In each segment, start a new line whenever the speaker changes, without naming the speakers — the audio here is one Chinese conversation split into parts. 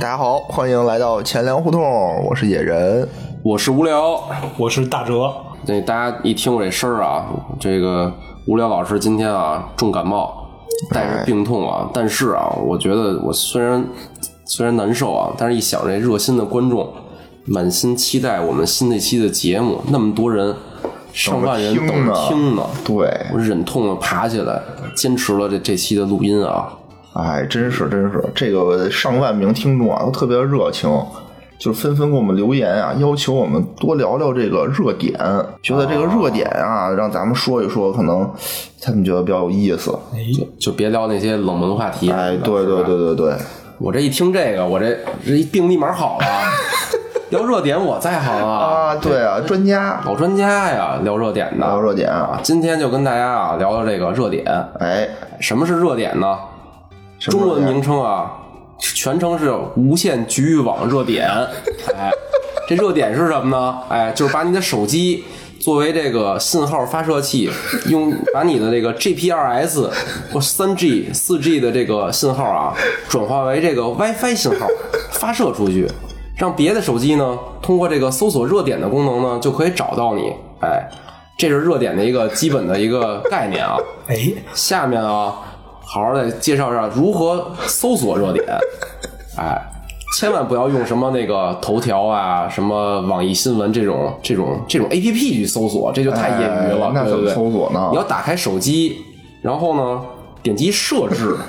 大家好，欢迎来到钱粮胡同，我是野人。
我是无聊。
我是大哲，
那大家一听我这声儿啊，这个无聊老师今天啊重感冒，
哎
带着病痛啊，但是啊，我觉得我虽然虽然难受啊，但是一想这热心的观众，满心期待我们新的一期的节目，那么多人，上万人
等着
等
听呢哎
着听呢，
对，
我忍痛啊爬起来，坚持了这这期的录音啊，
哎，真是真是，这个上万名听众啊，都特别热情，就是纷纷给我们留言啊，要求我们多聊聊这个热点，觉得这个热点啊，让咱们说一说，可能他们觉得比较有意思。
哎
就别聊那些冷门话题。
哎，对对对对对，
我这一听这个，我这这一病立马 好了，聊热点我在行啊。
啊，对啊，专家
老专家呀，聊热点
聊
的。
热点啊，
今天就跟大家啊聊聊这个热点。
哎，
什么是热点呢？
什么
中文
热点
名称啊，全称是无线局域网热点。哎，这热点是什么呢？哎，就是把你的手机作为这个信号发射器，用把你的这个 GPRS 或三 G、四 G 的这个信号啊，转化为这个 WiFi 信号发射出去，让别的手机呢通过这个搜索热点的功能呢，就可以找到你。哎，这是热点的一个基本的一个概念啊。
哎，
下面啊，好好的介绍一下如何搜索热点。 哎，千万不要用什么那个头条啊、什么网易新闻这种这种这种 A P P 去搜索，这就太业余了，
哎那
对
怎
不
么
对？
搜索呢
你要打开手机，然后呢，点击设置。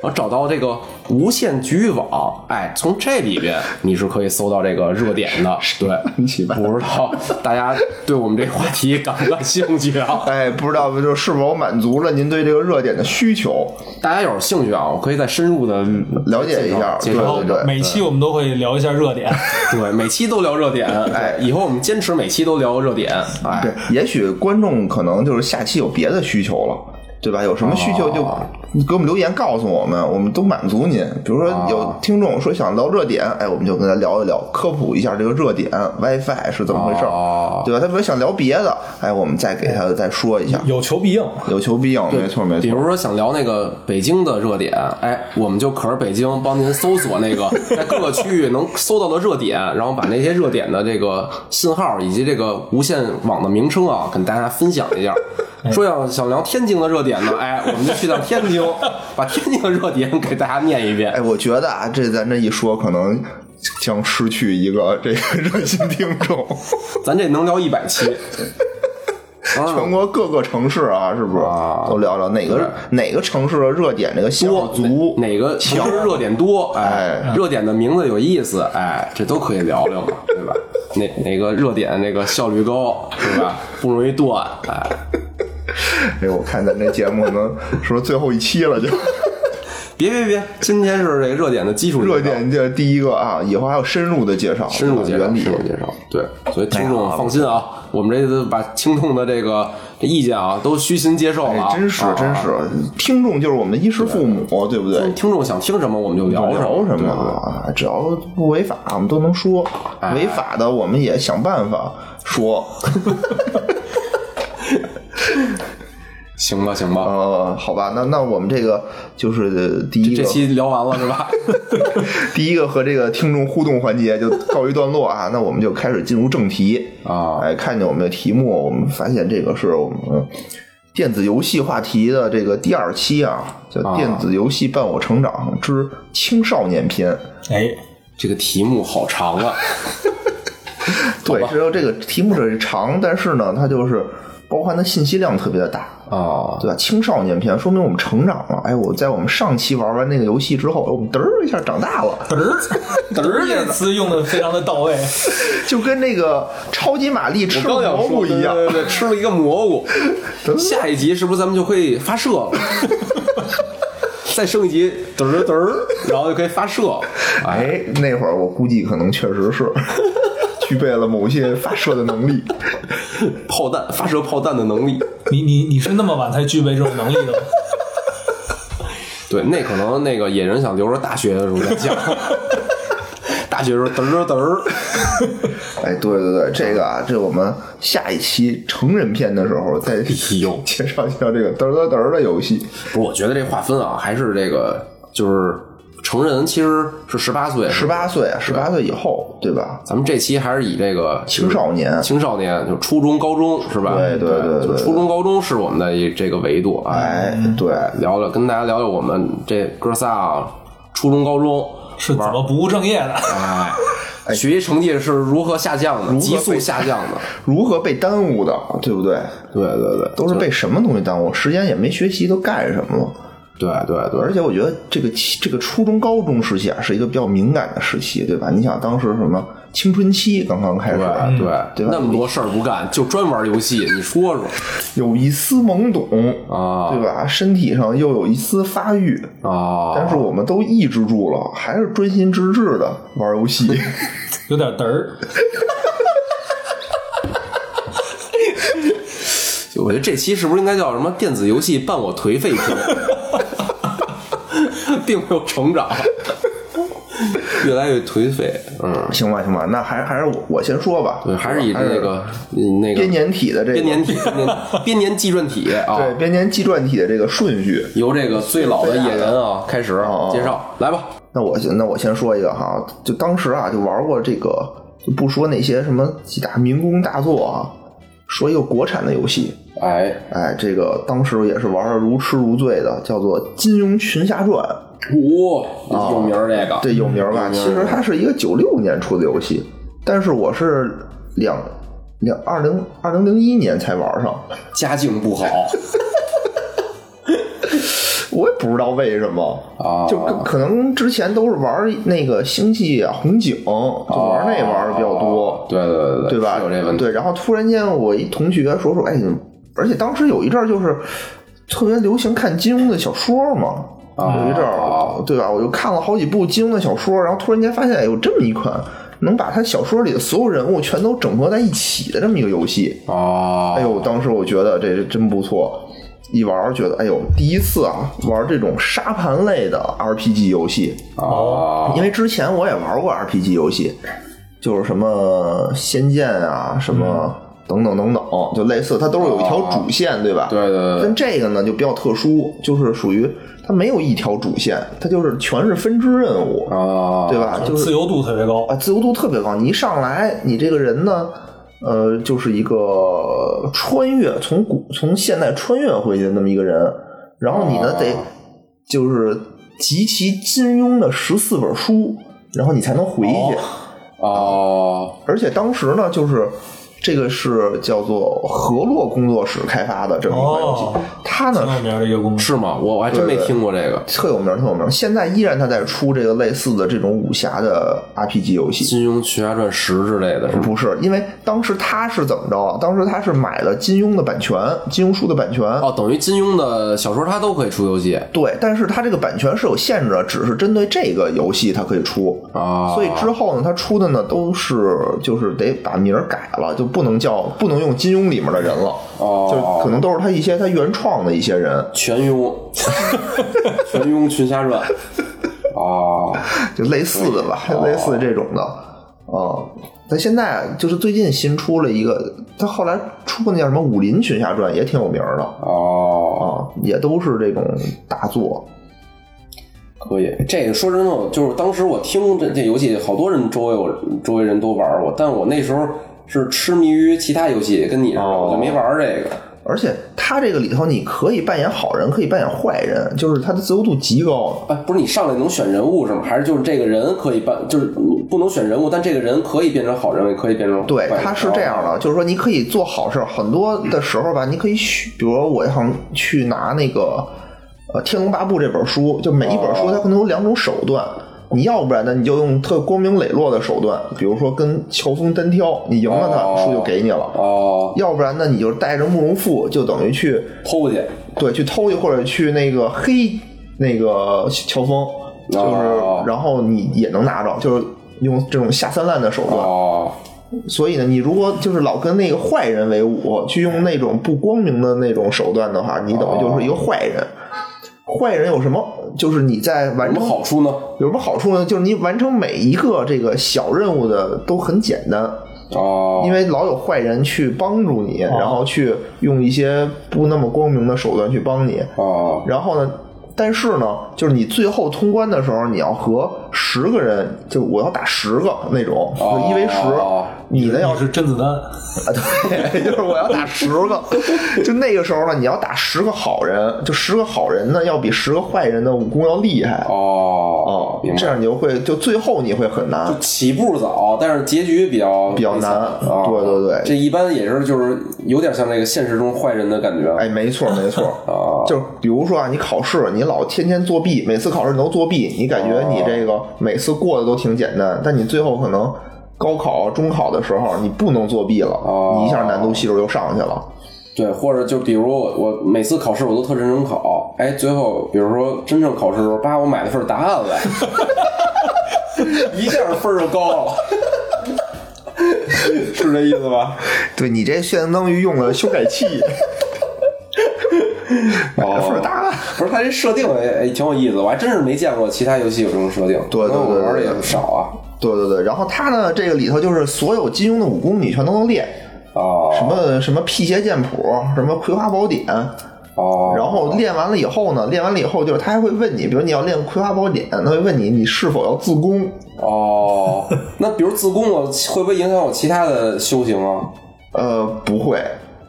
然后找到这个无线局域网，哎，从这里边你是可以搜到这个热 点的。对，
奇葩
不知道大家对我们这话题感不感兴趣啊？
哎，不知道就是否满足了您对这个热点的需求？
大家有兴趣啊，我可以再深入的
了解一下
介
对
绍
好
对对
每期我们都会聊一下热点，
对，每期都聊热点，
哎
以后我们坚持每期都聊热点，哎，
对，也许观众可能就是下期有别的需求了，对吧？有什么需求就给我们留言告诉我们，我们都满足您。比如说有听众说想聊热点，哎，我们就跟他聊一聊，科普一下这个热点 WiFi 是怎么回事儿，
哦
对吧？他比如想聊别的，哎，我们再给他再说一下，
有求必应。
有求必应，没错没
比
错。
如说想聊那个北京的热点，哎，我们就可着北京帮您搜索那 个在各个区域能搜到的热点，然后把那些热点的这个信号以及这个无线网的名称啊，跟大家分享一下。说要想聊天津的热点呢，哎，我们就去趟天 津，把天津的热点给大家念一遍
哎，。我觉得啊，这咱这一说，可能将失去一个这个 热心听众，
咱这能聊一百 期，
全国各个城市啊，是不是
嗯啊
都聊聊哪个哪个城市的热点这个信号
多
足？
哪哪个城市热点多？
哎
哎，热点的名字有意思，哎，这都可以聊聊嘛，对吧？哪哪个热点那个效率高，对吧？不容易断，哎，
哎，我看咱这节目可能说最后一期了 就，
别别别，今天是这个热点的基础
热
介绍。
点这第一个啊，以后还有深入的介绍，
深入介绍，
原理啊
深。入介绍，对，所以听众放心啊，我们这次把听众的这个这意见啊，都虚心接受了啊，
哎，真是
啊
真是，听众就是我们的衣食父母，对不对？
听众想听什么我们就聊
聊什
对
么啊？只要不违法，我们都能说；
哎
违法的，我们也想办法说。
行吧，行吧，
呃，好吧，那那我们这个就是第一
这
个
期聊完了是吧？
第一个和这个听众互动环节就告一段落啊， 那我们就开始进入正题
啊
哎，看见我们的题目，我们发现这个是我们呃电子游戏话题的这个第二期啊，叫《
啊
电子游戏伴我成长之青少年篇》
哎，
这个题目好长啊，
对，只有这个题目是长，但是呢，它就是包含的信息量特别的大。
啊，
对吧？青少年篇说明我们成长了。哎，我在我们上期玩完那个游戏之后，哎我们嘚儿一下长大了。
嘚儿 嘚儿这个词用的非常的到位，
就跟那个超级玛丽吃
刚想
蘑
说
菇一样，
对对对，吃了一个蘑菇。下一集是不是咱们就可以发射 了？再升一级，嘚儿嘚儿，然后就可以发射。哎，
哎，那会儿我估计可能确实 是具备了某些发射的能力。
炮弹发射炮弹的能力，
你你你是那么晚才具备这种能力 的吗？
对，那可能那个野人想留着大学的时候再 讲。大学时候嘚儿嘚儿，
哎，对对对，这个啊，这我们下一期成人篇的时候再
呦
介
嗯
绍介绍这个嘚儿嘚儿嘚儿的游戏。
不是，我觉得这划分啊，还是这个就是成人其实是十八岁，
十八岁，啊十八岁以后，对吧？
咱们这期还是以这个
青少年，
青少年，就初中、高中是吧？
对对对
就
对
初中、高中是我们的一这个维度啊。
哎，对，
聊聊，跟大家聊聊我们这哥仨啊初中、高中
是怎么不务正业的？
哎，学习成绩是如何下降的，
何
急速
被
下降的。
如何被耽误的，对不对？
对对对，
都是被什么东西耽误？时间也没学习，都干什么了？
对对对，
而且我觉得这个期这个初中高中时期啊，是一个比较敏感的时期，对吧？你想当时什么青春期刚刚开始，啊
嗯对
对吧
那么多事儿不干，就专玩游戏。你说说
有一丝懵懂，
啊
对吧？身体上又有一丝发育，
啊，
但是我们都抑制住了，还是专心致志的玩游 戏。
有点嘚儿，
我觉得这期是不是应该叫什么电子游戏伴我颓废 篇，并没有成 长，越来越颓废。嗯，
行吧，行吧，那还还是我我先说吧，
对，还是以
还
那个嗯那个
编年体的这个
编年体编年 编年纪传体啊，
对编年纪传体的这个顺序。
由这个最老的野人啊开始
哦
介绍，来吧。
那我先那我先说一个哈，就当时啊，就玩过这个，就不说那些什么几大民工大作啊，说一个国产的游戏，
哎，
哎，这个当时也是玩的如痴如醉的，叫做《金庸群侠传》，
五
哦
有名儿这个，
啊嗯这有名儿吧？其实它是一个九六年出的游戏，但是我是两两二零二零零一年才玩上，
家境不好
我也不知道为什么。
啊，
就可可能之前都是玩那个星际啊、红警，就 玩那玩的比较多。
哦对对对对
对吧？
是有这问题，
对，然后突然间我一同学说说，哎，你而且当时有一阵儿就是特别流行看金庸的小说嘛，
啊
有一阵儿，对吧？我就看了好几部金庸的小说，然后突然间发现有这么一款能把他小说里的所有人物全都整合在一起的这么一个游戏。
哦，
哎呦，当时我觉得这真不错。一玩儿觉得，哎呦，第一次啊玩这种沙盘类的 RPG 游戏，
哦，
因为之前我也玩过 RPG 游戏，就是什么《仙剑》啊，什么等等等等，就类似，它都是有一条主线，对吧？
对对对对
但这个呢就比较特殊，就是属于它没有一条主线，它就是全是分支任务，
啊，
对吧？就是
自由度特别高
啊，，自由度特别高。你一上来，你这个人呢，呃，就是一个穿越，从古从现代穿越回去的那么一个人。然后你呢，得就是集齐金庸的十四本书，然后你才能回去。
哦，
而且当时呢，就是这个是叫做河洛工作室开发的这么一款游戏
哦，
它呢
挺有名的一个公司。
是吗？我我还真没听过这个
特有名，特有名。现在依然它在出这个类似的这种武侠的 RPG 游戏。
《金庸群侠传十》之类的，是吗？
不是，因为当时他是怎么着啊？当时他是买了金庸的版权，金庸书的版权。
哦，等于金庸的小说他都可以出游戏
对，但是他这个版权是有限制的，只是针对这个游戏它可以出。
啊，
所以之后呢，他出的呢都是就是得把名儿改了，就不能叫不能用金庸里面的人了，就可
哦，
能都是他一些他原创的一些人，
全庸， 全庸《群侠传》哦，
就类似的吧，类似这种的啊。但现在就是最近新出了一个，他后来出过那叫什么《武林群侠传》，也挺有名儿的。
哦，
啊，也都是这种大作。
可以。这个说真的，就是当时我听这这游戏，好多人周围我周围人都玩过，但我那时候是痴迷于其他游戏，跟你似的，
哦
我就没玩这个。
而且它这个里头，你可以扮演好人，可以扮演坏人，就是它的自由度极高。
哎，不是你上来能选人物是吗？还是就是这个人可以扮，就是不能选人物，但这个人可以变成好人，也可以变成
对，
坏人啊
它是这样的，就是说你可以做好事儿，很多的时候吧，你可以去，比如说我想去拿那个呃《天龙八部》这本书，就每一本
哦
书它可能有两种手段。你要不然呢，你就用特光明磊落的手段，比如说跟乔峰单挑，你赢了他，
哦
书就给你了；
哦，
要不然呢，你就带着慕容复，就等于去
偷去
对，去偷去或者去那个黑那个乔峰，就是、
哦
然后你也能拿着，就是用这种下三滥的手段。
哦
所以呢，你如果就是老跟那个坏人为伍，去用那种不光明的那种手段的话，你等于就是一个坏人。坏人有什么？就是你在
哦有
完
什
成
么好处呢？
有什么好处呢？就是你完成每一个这个小任务的都很简单，
哦，
因为老有坏人去帮助你，然后去用一些不那么光明的手段去帮你。
哦
然后呢，但是呢，就是你最后通关的时候，你要和十个人，就我要打十个那种，就一 v 十
哦，
你的要
你是甄子丹，
啊，对，就是我要打十个，就那个时候呢，你要打十个好人，就十个好人呢，要比十个坏人的武功要厉害
哦，啊明白
这样你就会就最后你会很难，
起步早，但是结局比较
比较
悲惨
难
啊
对对对
这一般也是就是有点像那个现实中坏人的感觉。
哎，没错没错，
哦
就是比如说啊，你考试你老天天作弊，每次考试你都作弊，你感觉你这个每次过的都挺简单，但你最后可能高考、中考的时候你不能作弊了，
哦
你一下难度系数就上去了。
对，或者就比如我我每次考试我都特认真考，哎，最后比如说真正考试的时候，叭，我买了份答案来， 一下分儿就高了， 是这意思吧？
对你这相当于用了修改 器，
哦
分儿大了。
不是，它这设定也也挺有意思，我还真是没见过其他游戏有这种设定。
对对对
可能我玩的
对
也
对
不少啊。
对对对，然后他呢，这个里头就是所有金庸的武功你全都能练，什
哦
么什么辟邪剑谱，什么葵花宝典，
哦，
然后练完了以后呢，练完了以后就是他还会问你，比如你要练葵花宝典，他会问你你是否要自宫，
哦，那比如自宫，我会不会影响我其他的修行啊？
呃，不会。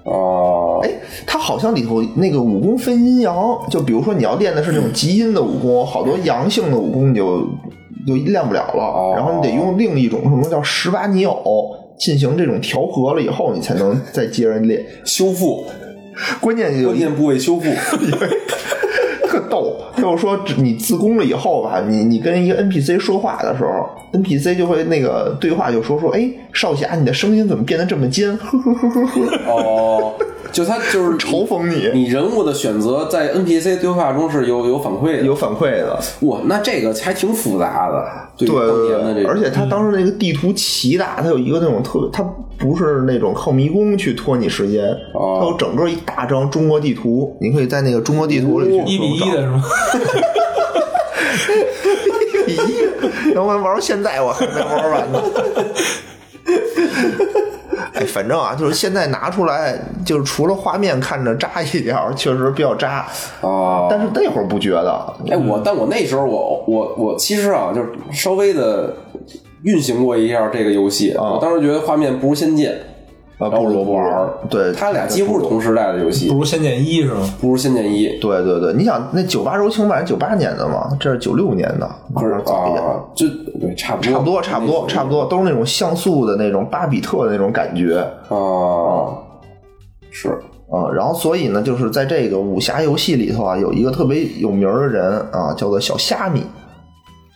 哦，
哎，他好像里头那个武功分阴阳，就比如说你要练的是那种极阴的武功，好多阳性的武功你就就练不了
哦
了，然后你得用另一种什么叫十八尼偶进行这种调和了以后，你才能再接着练。
修复，
关键有
关
一
键部位修复。
特逗，啊就是说只你自宫了以后吧，你你跟一个 NPC 说话的时候，NPC 就会那个对话就说说，哎，少侠，你的声音怎么变得这么尖？呵呵呵呵呵，
哦，就他就是
嘲讽你，
你人物的选择在 NPC 对话中是有有反馈的。
有反馈的。
哇，那这个还挺复杂的，对于
对
当
对
年的这
对，
个
而且他当时那个地图奇大，它有一个那种特别，它不是那种靠迷宫去拖你时间，
哦
它有整个一大张中国地图，你可以在那个中国地图里去
哦一比一
找
的 是吗？
咦，要不然玩到现在我还没玩完呢。 哎，反正啊，就是现在拿出来，就是除了画面看着渣一点儿，确实比较渣，
哦，
但是那会儿不觉得。
哎，我但我那时候我我我其实啊，就是稍微的运行过一下这个游戏，我当时觉得画面不如《仙剑》，
啊
然后我就
不如
不玩儿
不如对
它俩几乎是同时代的游戏
不，如《仙剑一》是吗？
不如《仙剑一》。
对对对，你想那九八柔情版九八年的嘛，这是九六年的，
不是
早一点，
啊，就对，差不多，
差不多差不多差不多，都是那种像素的那种巴比特的那种感觉。
啊，是
啊，然后所以呢，就是在这个武侠游戏里头啊，有一个特别有名儿的人啊，叫做小虾米，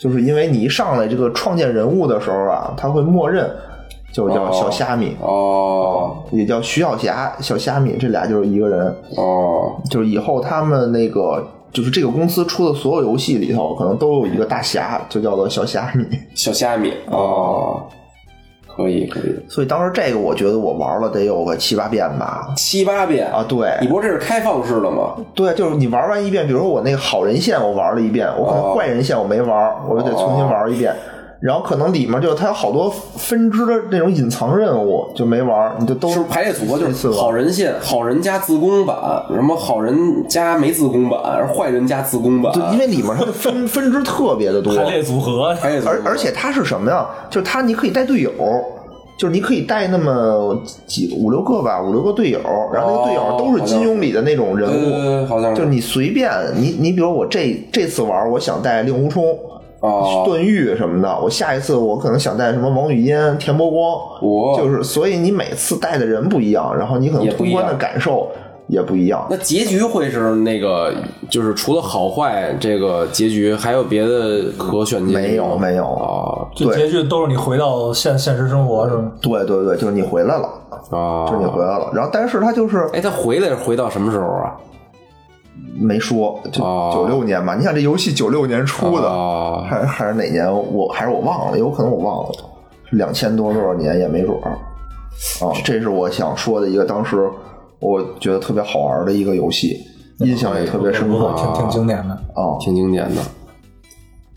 就是因为你一上来这个创建人物的时候啊，他会默认就叫小虾米，
哦
也叫徐小霞、小虾米，这俩就是一个人。
哦
就是以后他们那个就是这个公司出的所有游戏里头，可能都有一个大侠，就叫做小虾米。
小虾米哦，可以可以，
所以当时这个我觉得我玩了得有个七八遍吧。
七八遍
啊，，对，
你不是这是开放式的吗？
对，就是你玩完一遍，比如说我那个好人线我玩了一遍，我可
哦
能坏人线我没玩，我就得重新玩一遍。然后可能里面就它有好多分支的那种隐藏任务就没玩，你就都
是不是排列组合就
这
是
次
好
玩。
人线、好人加自宫版，什么好人加没自宫版，坏人加自宫版，
就因为里面它的 分分支特别的多，
排列组合，
排列组合
而而且它是什么呀？就是它你可以带队友。就是你可以带那么几五六个吧，五六个队友，然后那个队友都是金庸里的那种人
哦对对对
物，
对，好像
就是是你随便你你比如我这这次玩，我想带令狐冲，
哦，
段誉什么的，我下一次我可能想带什么王语嫣、田伯光，
我
就是所以你每次带的人不一样，然后你可能
也不一
通
样
关的感受也不一样。
那结局会是那个，就是除了好坏这个结局，还有别的可选结局吗
没有没有
啊
就结局都是你回到现现实生活是吗？
对对对，就是你回来了，
啊！
就是你回来了。然后但是他就是
哎，他回来是回到什么时候啊？
没说，就
哦
九六年吧。你想这游戏九六年出的，
啊
还是还是哪年？我还是我忘了，有可能我忘了，两千多多少年也没准儿。啊，这是我想说的一个，当时我觉得特别好玩的一个游戏，印象也特别深刻
挺挺经典的。
啊。
挺经典的。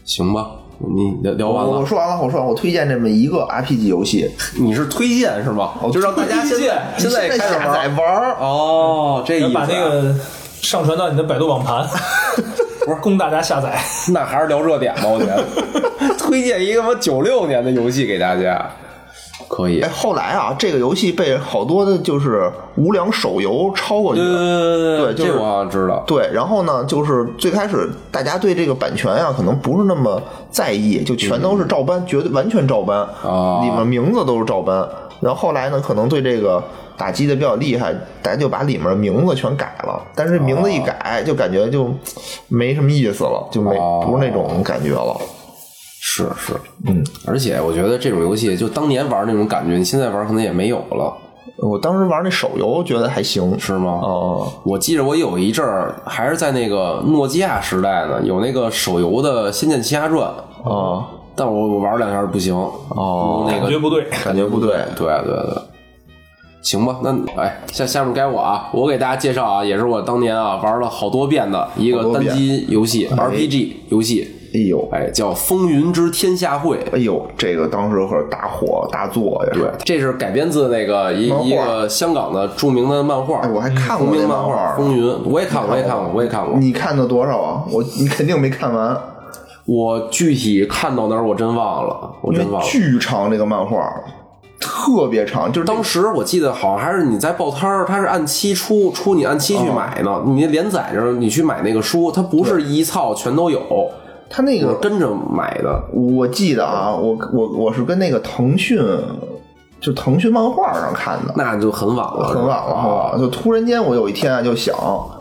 行吧，你聊聊完
我我
了，
说完了，我说完了，我推荐这么一个 RPG 游戏，
你是推荐是吗？就让大家哦现
推荐
在
你现在
在开始
下
玩
载玩儿，
哦，这意
然
思
后
啊
把那个上传到你的百度网盘，不是供大家下载。
那还是聊热点吧，我觉得。推荐一个什么九六年的游戏给大家，可以
哎，。后来啊，这个游戏被好多的就是无良手游抄过去了。
呃，
对就是
这我好像知道。
对，然后呢，就是最开始大家对这个版权啊，可能不是那么在意，就全都是照搬，绝对完全照搬
啊
里面名字都是照搬。然后后来呢，可能对这个打击的比较厉害，大家就把里面的名字全改了。但是名字一改，就感觉就没什么意思了，就没
哦
不是那种感觉了。
是是，
嗯，
而且我觉得这种游戏就当年玩那种感觉，你现在玩可能也没有了，
我当时玩那手游觉得还行，
是吗？
哦，
我记着我有一阵儿还是在那个诺基亚时代呢，有那个手游的《仙剑奇侠传》
哦，
但我我玩了两下儿不行，
啊
哦，那
感
个
觉不对，
感觉不对。
对对对，行吧，那哎，下下面该我啊，我给大家介绍啊，也是我当年啊玩了好多遍的一
好
个
多
单
遍
机游戏 RPG 游戏，
哎呦，
哎，叫《风云之天下会》。
哎呦，这个当时可是大火大作呀！
对，这是改编自那个一
漫画
一个香港的著名的漫画
哎，，我还看过
同
那
名
漫
画
画
《风云》，我也看过，我也看过，我也看过。
你看的多少啊？我你肯定没看完，
我具体看到哪儿我真忘了，我
因
真
为
忘了。
巨长这个漫画，特别长，就是
当时我记得好像还是你在报摊儿，它是按期出，出你按期去买
哦
呢。你那连载着你去买那个书，它不是一套全都有，
他那
我
个
跟着买的。
我记得啊，我我我是跟那个腾讯，就腾讯漫画上看的，
那啊就很晚了，
很晚了，很晚了。就突然间，我有一天啊，就想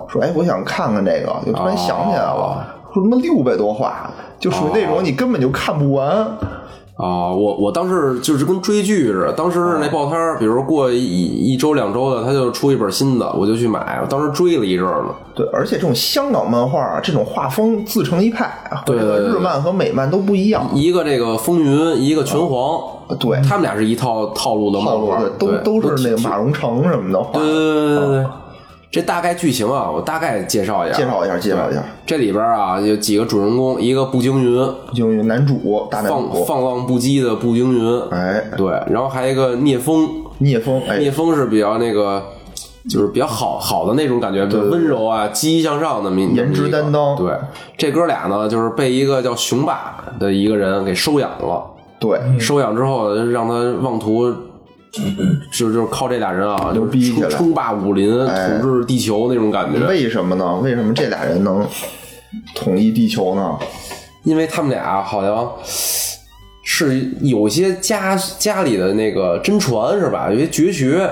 说，哎，我想看看这个，就突然想起来
啊
了，说什么六百多话，就属于那种你根本就看不完。
啊！我我当时就是跟追剧似的，当时那报摊儿，比如过一一周两周的，它就出一本新的，我就去买。我当时追了一阵儿呢。
对，而且这种香港漫画啊，这种画风自成一派啊，和
对
这个日漫和美漫都不一样。
一个这个风云，一个拳皇，
哦对
他们俩是一套套路的漫
套路
画，
对，都
对
都是那个马荣成什么的画。
呃，对对对这大概剧情啊，我大概介绍一下。
介绍一下，介绍一下，
这里边啊，有几个主人公，一个步惊云，
就有男主大男
放
主，
放浪不羁的步惊云，
哎，
对，然后还有一个聂风，
聂风，哎
聂，风是比较那个，就是比较好好的那种感觉，比较温柔啊，积极向上的民
颜值担当
对，这哥俩呢，就是被一个叫熊爸的一个人给收养了。
对，
收养之后，让他妄图，就就是靠这俩人啊，就
牛逼
是
起来
称称霸武林、
哎
统治地球那种感觉。
为什么呢？为什么这俩人能统一地球呢？
因为他们俩好像是有些家家里的那个真传是吧？有些绝学。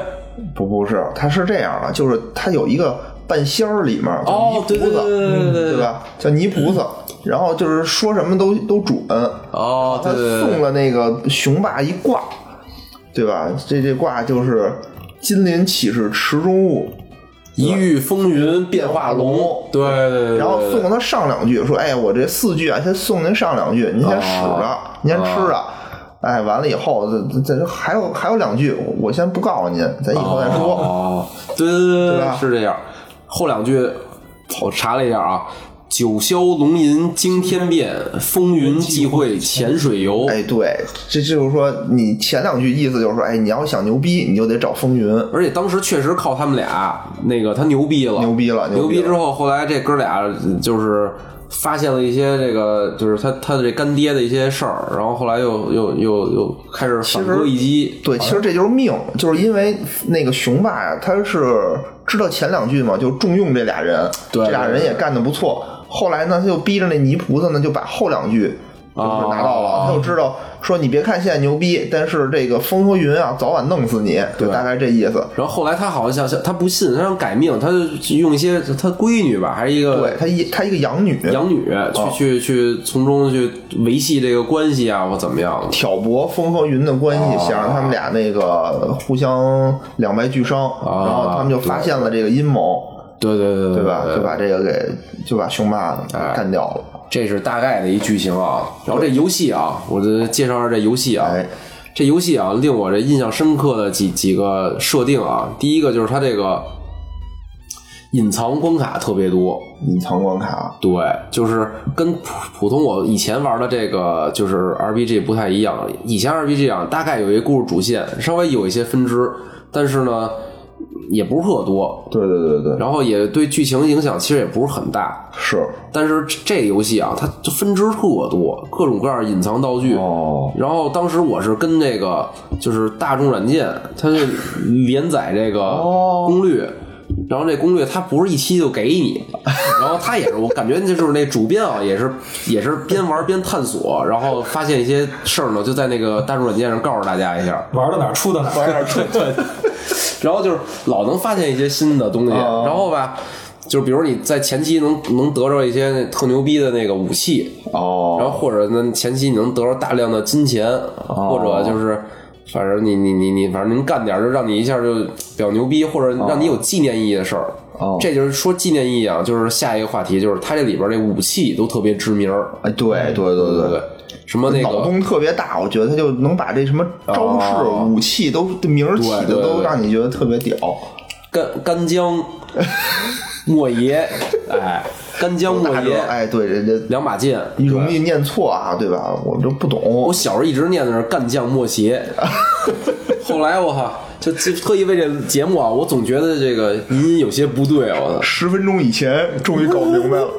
不，不是，他是这样的，啊就是他有一个半仙儿，里面叫泥
哦，对对
菩
对
萨，
对对
对
对。
吧？叫泥菩萨，然后就是说什么都都准，
哦，
他
对对对
送
对。
了那个雄霸一卦，对吧？这这卦就是金鳞岂是池中物，
一遇风云变化龙。对对对对。
然后送他上两句，说：“哎呀，我这四句啊，先送您上两句，您先使着
哦，
您先吃着。”哎，完了以后，这这这还有还有两句，我先不告诉您，咱以后再说。
哦，对对对对
对吧
是这样。后两句我查了一下啊，九霄龙吟惊天变，风云际会潜水游。
哎，对，这就是说，你前两句意思就是说，哎，你要想牛逼，你就得找风云，
而且当时确实靠他们俩，那个他牛逼了，
牛逼了，
牛
逼
逼之
了。
后，后来这哥俩就是发现了一些这个，就是他他的这干爹的一些事儿，然后后来又又又又开始反戈一击。
对，其实这就是命，就是因为那个雄霸呀，他是知道前两句嘛，就重用这俩人，
对
这俩人也干得不错。后来呢，他就逼着那泥菩萨呢，就把后两句就是拿到了，
哦
他就知道说你别看现在牛逼，但是这个风和云啊，早晚弄死你，就大概这意思。
然后后来他好像想，他不信，他想改命，他就用一些他闺女吧，还是一
对
个
他一他一个养女，
养女
哦
去去去从中去维系这个关系啊，或怎么样的。
挑拨风和云的关
啊
系，想让他们俩那个互相两败俱伤，
啊
然后他们就发现了这个阴谋，
对对对对哎
对吧？就把这个给就把雄霸干掉了。
这是大概的一剧情啊。然后这游戏啊，我就介绍一下这游戏啊。
哎
这游戏啊，令我这印象深刻的几几个设定啊，第一个就是它这个隐藏关卡特别多，
隐藏关卡，
对，就是跟普普通我以前玩的这个就是 RPG 不太一样。以前 RPG 啊，大概有一个故事主线，稍微有一些分支，但是呢，也不是特多，
对对对对，
然后也对剧情影响其实也不是很大。
是
但是这这游戏啊，它就分支特多，各种各样的隐藏道具。
哦，
然后当时我是跟这个就是大众软件，它是连载这个
哦
攻略，然后这攻略它不是一期就给你， 然后它也是我感觉就是那主编啊，也是也是边玩边探索，然后发现一些事儿呢，就在那个大众软件上告诉大家一下。
玩到哪儿出到哪儿，
然后就是老能发现一些新的东西，
哦
然后吧，就是比如你在前期能能得着一些那特牛逼的那个武器，然
哦，
后或者呢前期你能得着大量的金钱，
哦
或者就是。反正你你你你，反正您干点儿就让你一下就比较牛逼，或者让你有纪念意义的事儿。
哦
这就是说纪念意义啊，就是下一个话题，就是它这里边这武器都特别知名儿，
哎，对对对对
对，什么那个
脑洞特别大，我觉得他就能把这什么招式、
哦
武器都这名儿起
对对
的
对
都让你觉得特别屌。
干 干将、莫邪，哎，干将莫
大哲
邪，
哎，对，人家
两把剑。
容易念错啊，对吧？我们就不懂
我。小时候一直念的是干将莫 邪，后来我靠，就就特意为这节目啊，我总觉得这个音有些不对，啊我操。
十分钟以前终于搞明 白了，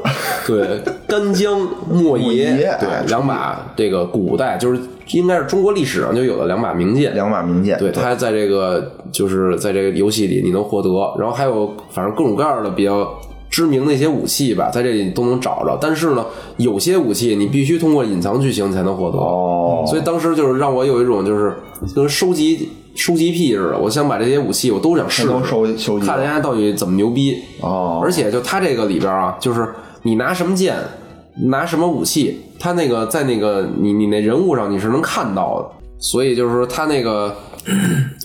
对，干将莫
莫邪
邪，
哎
对，两把这个古代就是应该是中国历史上就有的两把名剑。
两把名剑，
对，它在这个就是在这个游戏里你能获得，然后还有反正各种各样的比较知名的一些武器吧，在这里都能找着。但是呢，有些武器你必须通过隐藏剧情才能获得。
哦
所以当时就是让我有一种就是跟收集收集癖似的，我想把这些武器我都想试
全
试，
都收集收集
看人家到底怎么牛逼。
哦
而且就它这个里边啊，就是你拿什么剑。拿什么武器？它那个在那个你你那人物上你是能看到的，所以就是说它那个，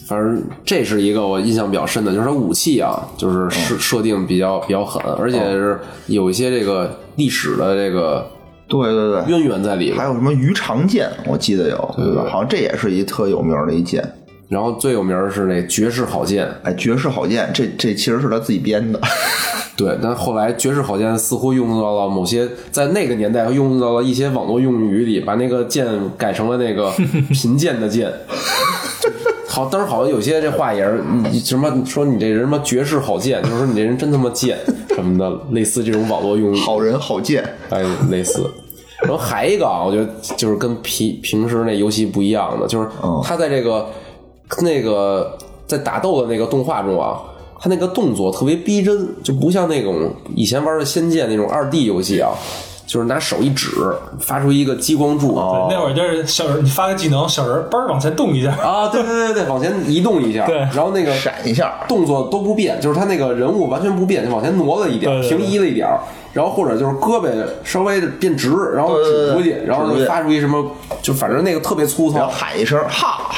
反正这是一个我印象比较深的，就是它武器啊，
哦
就是设设定比较比较狠，而且是有一些这个历史的这个
对对对，
渊源在里边
还。有什么鱼肠剑，我记得有，对吧？好像这也是一特有名的一剑。
然后最有名儿是那绝世好剑，
哎，绝世好剑，这这其实是他自己编的。
对，但后来绝世好剑似乎用到了某些在那个年代用到了一些网络用语里，把那个剑改成了那个贫贱的 剑。好，当时好像有些这话也是你什么说你这人什么绝世好剑，就是说你这人真他妈贱什么的，类似这种网络用语。
好人好剑，
哎，类似。然后还一个啊，我觉得就是跟平平时那游戏不一样的，就是他在这个、那个在打斗的那个动画中啊，他那个动作特别逼真，就不像那种以前玩的《仙剑》那种二 D 游戏啊，就是拿手一指发出一个激光柱。
对 那会儿就是小人，你发个技能，小人嘣儿往前动一下，
啊，对对对对，往前移动一下，
对
然后那个
闪一下，
动作都不变，就是他那个人物完全不变，就往前挪了一点，
对对对
平移了一点儿，然后或者就是胳膊稍微变直，然后
对对
指
对
出去，
指
然后
出
就
去
发出一什么，就反正那个特别粗
然
糙
后喊一声哈，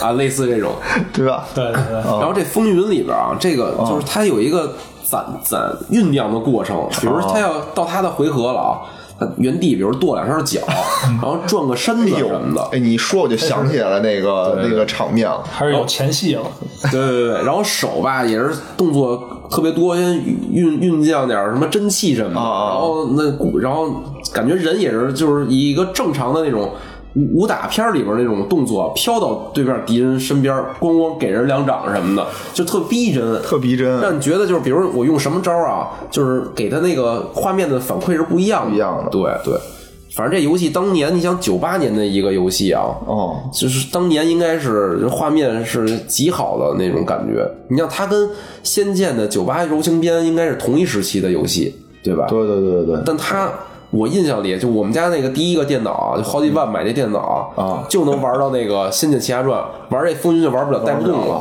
啊，类似这种。
对吧？
对对对，
然后这风云里边啊，这个就是它有一个攒攒酝酿的过程，比如他要到他的回合了啊。他原地，比如跺两下脚，然后转个身子
哎
什么的
呦，，哎，你一说我就想起来了那个那个场面了。
还是有前戏了，
对对对，然后手吧也是动作特别多，先酝酝酿点儿什么真气什么的，
啊啊啊
然后那骨然后感觉人也是就是以一个正常的那种武武打片儿里边儿那种动作飘到对面敌人身边儿，咣咣给人两掌什么的，就特逼真，
特逼真
让你觉得就是比如我用什么招儿啊，就是给他那个画面的反馈是不一样的，
不一样的
对对。反正这游戏当年，你想九八年的一个游戏啊，
哦，
就是当年应该是画面是极好的那种感觉。你像它跟《仙剑》的《九八柔情篇》应该是同一时期的游戏，对吧？
对对对对对，
但它我印象里，就我们家那个第一个电脑啊，就好几万买那电脑
啊
就能玩到那个《仙剑奇侠传》，玩这风云就玩不了带不动了。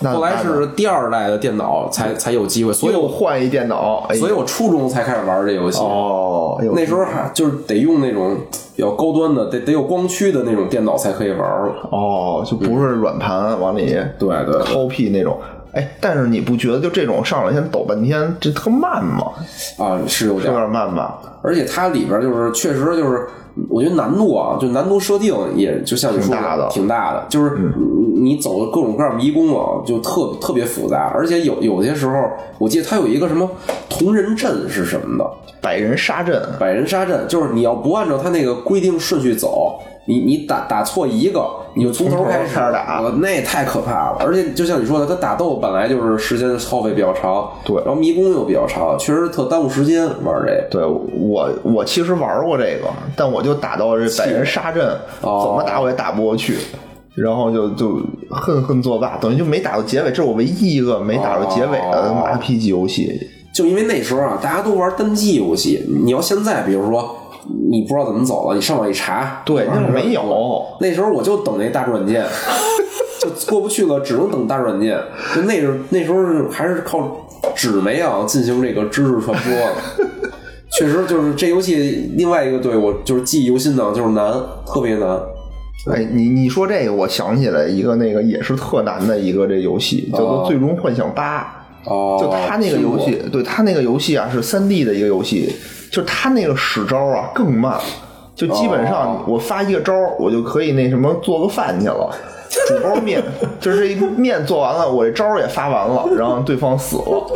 那
后来是第二代的电脑才才有机会，所以
又
我
换一电脑，哎，
所以我初中才开始玩这游戏。
哦，哎呦
那时候还就是得用那种比较高端的，得得有光驱的那种电脑才可以玩儿。
哦，就不是软盘往里
嗯对对对
copy 那种。哎，但是你不觉得就这种上来先抖半天，这特慢吗？
啊，是有
有
点儿
点慢吧？
而且它里边就是确实就是我觉得难度啊，就难度设定也就像你说
挺大的嗯
挺大的，就是你你走的各种各样迷宫啊，就特特别复杂，而且有有些时候，我记得它有一个什么同人阵是什么的，
百人杀阵，
百人杀阵，就是你要不按照他那个规定顺序走，你你打打错一个，你就从头
从头
开始
开始打
我那也太可怕了。而且就像你说的，他打斗本来就是时间耗费比较长，
对
然后迷宫又比较长，确实特耽误时间玩这个。
对我，我其实玩过这个，但我就打到这百人杀阵，怎
哦
么打我也打不过去，然后就就恨恨作罢，等于就没打到结尾，这是我唯一一个没打到结尾的
哦
RPG 游戏。
就因为那时候啊，大家都玩单机游戏，你要现在比如说你不知道怎么走了，你上网一查，
对，那会儿没有，
那时候我就等那大软件，就过不去了，只能等大软件。就那时候那时候是还是靠纸媒啊进行这个知识传播的。确实，就是这游戏另外一个对我就是记忆犹新的，就是难，特别难。啊
哎，你你说这个，我想起来一个那个也是特难的一个这游戏，叫做
哦
《最终幻想八》。
哦，
就他那个游戏，对他那个游戏啊，是三 D 的一个游戏，就是他那个使招啊更慢，就基本
哦
上我发一个招，我就可以那什么做个饭去了。煮包面，就是这面做完了，我这招也发完了，然后对方死了。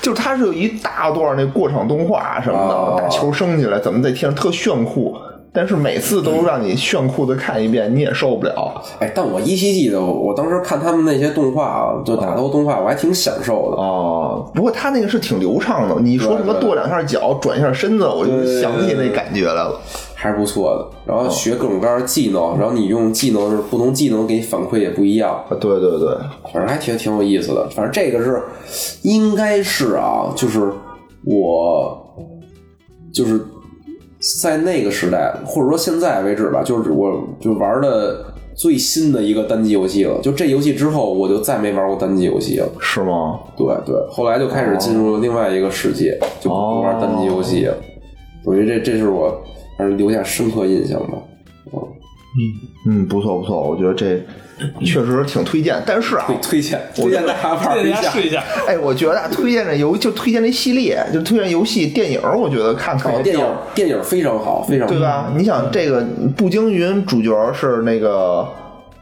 就它是有一大段那过场动画什么
哦
的，打球升起来怎么在天上特炫酷，但是每次都让你炫酷的看一遍，你也受不了。
哎，但我依稀记得，我当时看他们那些动画啊，就打斗动画，我还挺享受的。
哦，不过他那个是挺流畅的，你说
对
什么
对
跺两下脚、转一下身子，我就
对
想起那感觉来了。
还是不错的，然后学各种各样的技能，然后你用技能就是不同技能给你反馈也不一样，
啊，对对对，
反正还挺挺有意思的。反正这个是，应该是啊，就是我，就是在那个时代，或者说现在为止吧，就是我就玩的最新的一个单机游戏了。就这游戏之后，我就再没玩过单机游戏了。
是吗？
对对，后来就开始进入了另外一个世界，就不玩单机游戏了。我觉得这这是我还是留下深刻印象吧。
嗯，不错不错，我觉得这确实挺推荐。但是啊，
推推荐推荐大啊家玩
给
一
大家
下。
试一下，
哎，我觉得啊推荐这游就推荐这系列，就推荐游戏、电影，我觉得看看
哦，
也
电
挺
影嗯电影非常好，非常好
对啊吧？你想这个步惊云主角是那个。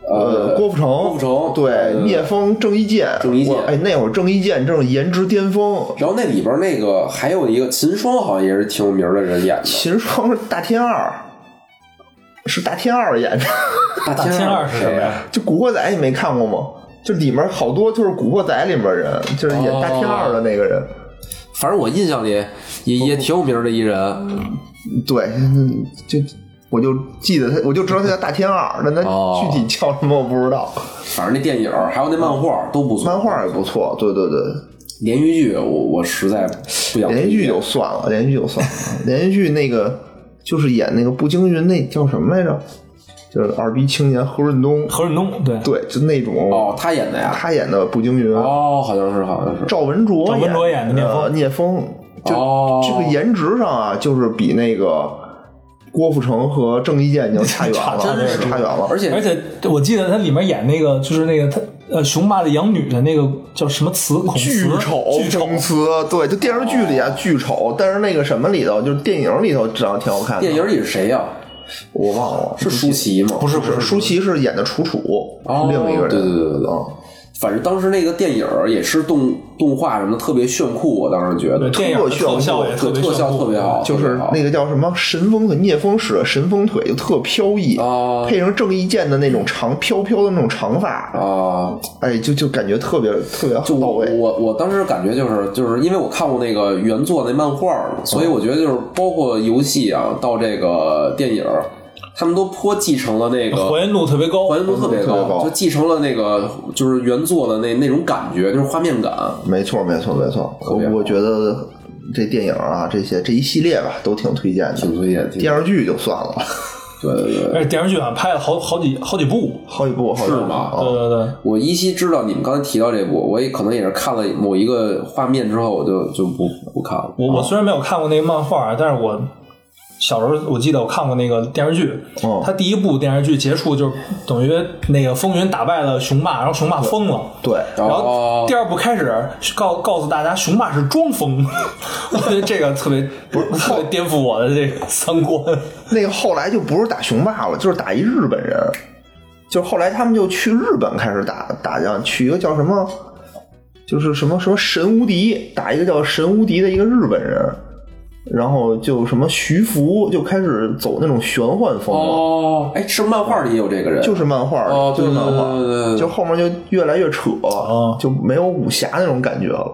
呃，郭富城，
郭富城对
对，
对
聂风、郑伊健，
郑伊健
我哎，那会儿郑伊健正是颜值巅峰，
然后那里边那个还有一个秦霜，好像也是挺有名的人演的。
秦霜是大天二，是大天二演的。
大
大
天
天二是什么
呀？
呀？
就《古惑仔》，你没看过吗？就里面好多就是《古惑仔》里面人，就是演大天二的那个人。
哦反正我印象里也也挺有名的一人。
对，嗯就我就记得他，我就知道他叫大天二，但他
哦
具体叫什么我不知道。
反正那电影还有那漫画都不错，
漫画也不错，对对对，
连续剧我我实在不想
连续剧就算了，连续剧就算了，连续剧那个就是演那个步惊云那叫什么来着？就是二逼青年何润东，
何润东对，
对，就那种、
哦，他演的呀。
他演的步惊云。
哦，好像是，好像是。
赵文卓
赵文卓演的聂风
呃聂风，就、
哦
这个颜值上啊，就是比那个郭富城和郑伊健已经差远了，
差真是
差远了。
而且
而且我记得他里面演那个就是那个他呃熊爸的养女的那个叫什么词，孔
巨
慈，
丑，
巨丑
讽刺，对，就电视剧
哦
里啊巨丑，但是那个什么里头，就是电影里头长得挺好看的。
电影里是谁呀？
我忘了，
是舒淇吗？
不是
不
不是
是舒淇是演的楚楚，
哦
另一个人。
对对对对对
啊
反正当时那个电影儿也是动动画什么的特别炫酷，我当时觉得
对电影的特效也
对
别
特效
炫酷
特别好，
就是那个叫什么神风和聂风使的神风腿就特飘逸，
哦
配上郑伊健的那种长飘飘的那种长发，
啊，
哎，就就感觉特别特别好
就
到
我
位。
我我当时感觉就是就是因为我看过那个原作那漫画嘛，所以我觉得就是包括游戏啊到这个电影儿，他们都颇继承了那
还
个。
原度特别高
还，原度特别
特别
高，
高
就继承了那个就是原作的那那种感觉，就是画面感。
没错，没错，没错。
特别好
我我觉得这电影啊，这些这一系列吧，都挺推荐的。
挺推荐，挺
电视剧就算了，
对对对。
而且电视剧好像拍了好好几好几部，
好几部，好几部
是吗
啊
对对对，
我依稀知道你们刚才提到这部，我也可能也是看了某一个画面之后，我就就不不看了。
哦我我虽然没有看过那个漫画，但是我小时候我记得我看过那个电视剧，
嗯
他第一部电视剧结束就是等于那个风云打败了熊霸，然后熊霸疯了。
对，
然
哦
后第二部开始告告诉大家，熊霸是装疯， 我觉得这个特别不是 特别颠覆我的这个三观。
那个后来就不是打雄霸了，就是打一日本人，就是后来他们就去日本开始打打仗，去一个叫什么，就是什么什么神无敌，打一个叫神无敌的一个日本人，然后就什么徐福就开始走那种玄幻风了。
哦，哎，是不是漫画里也有这个人，
就是漫画，
哦
就是漫画，
对对对对对
就后面就越来越扯，
哦
就没有武侠那种感觉了。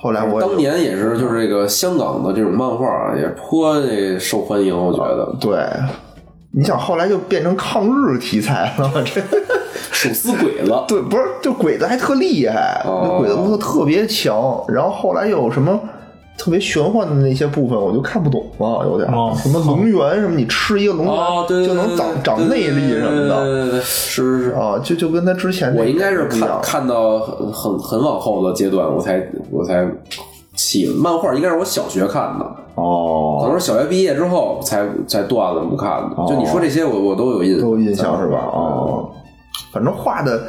后来我也就
当年也是，就是这个香港的这种漫画啊也颇这受欢迎，我觉 得
对，你想后来就变成抗日题材了，这
手撕鬼子
对，不是，就鬼子还特厉害，
哦
那鬼子部特特别强。然后后来又有什么特别玄幻的那些部分，我就看不懂了，有点、
哦
什么龙源什么，你吃一个龙源、
哦，对，对
就能
对
长
对
长内力什么
对
的
对对对对，是是是。
啊，就就跟他之前那
我应该是
不一样
看看到很很很往后的阶段，我才我才起漫画，应该是我小学看的，可
哦，
能是小学毕业之后才才断了不看的。就你说这些我，我都有印
都有印象是吧？哦，反正画的。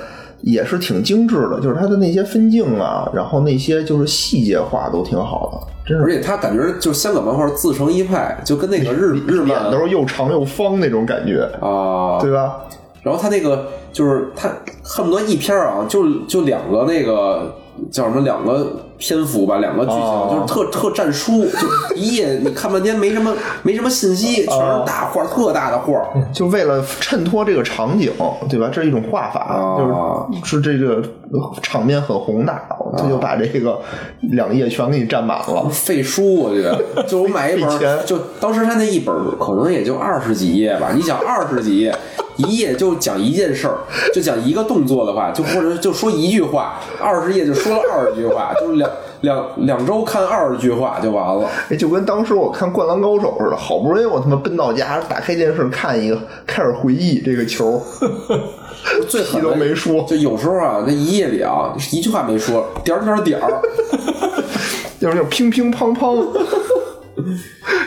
也是挺精致的，就是它的那些分镜啊，然后那些就是细节画都挺好的，真是
而且他感觉就是香港漫画自成一派，就跟那个日日
脸
漫
都是又长又方那种感觉，
啊，
对吧？
然后他那个就是他恨不得一篇啊，就就两个那个叫什么两个篇幅吧，两个剧情，
哦
就是特特战书，就一页你看半天没什么没什么信息，全
哦
是大画，特大的画。
就为了衬托这个场景，对吧？这是一种画法，
啊
就是是这个场面很宏大，他就把这个两页全给你占满了。
废书，我 觉得，就我买一
费钱
本，就当时他那一本可能也就二十几页吧。你想二十几页，一页就讲一件事儿，就讲一个动作的话，就或者就说一句话，二十页就说了二十句话，就是两两两周看二十句话就完了。
哎，就跟当时我看《灌篮高手》似的，好不容易我他妈奔到家，打开电视看一个，开始回忆这个球，
最
屁
狠
都
的
没说，
就有时候啊，那一夜里啊，一句话没说，点儿点儿点儿，
就是那种乒乒乓 乓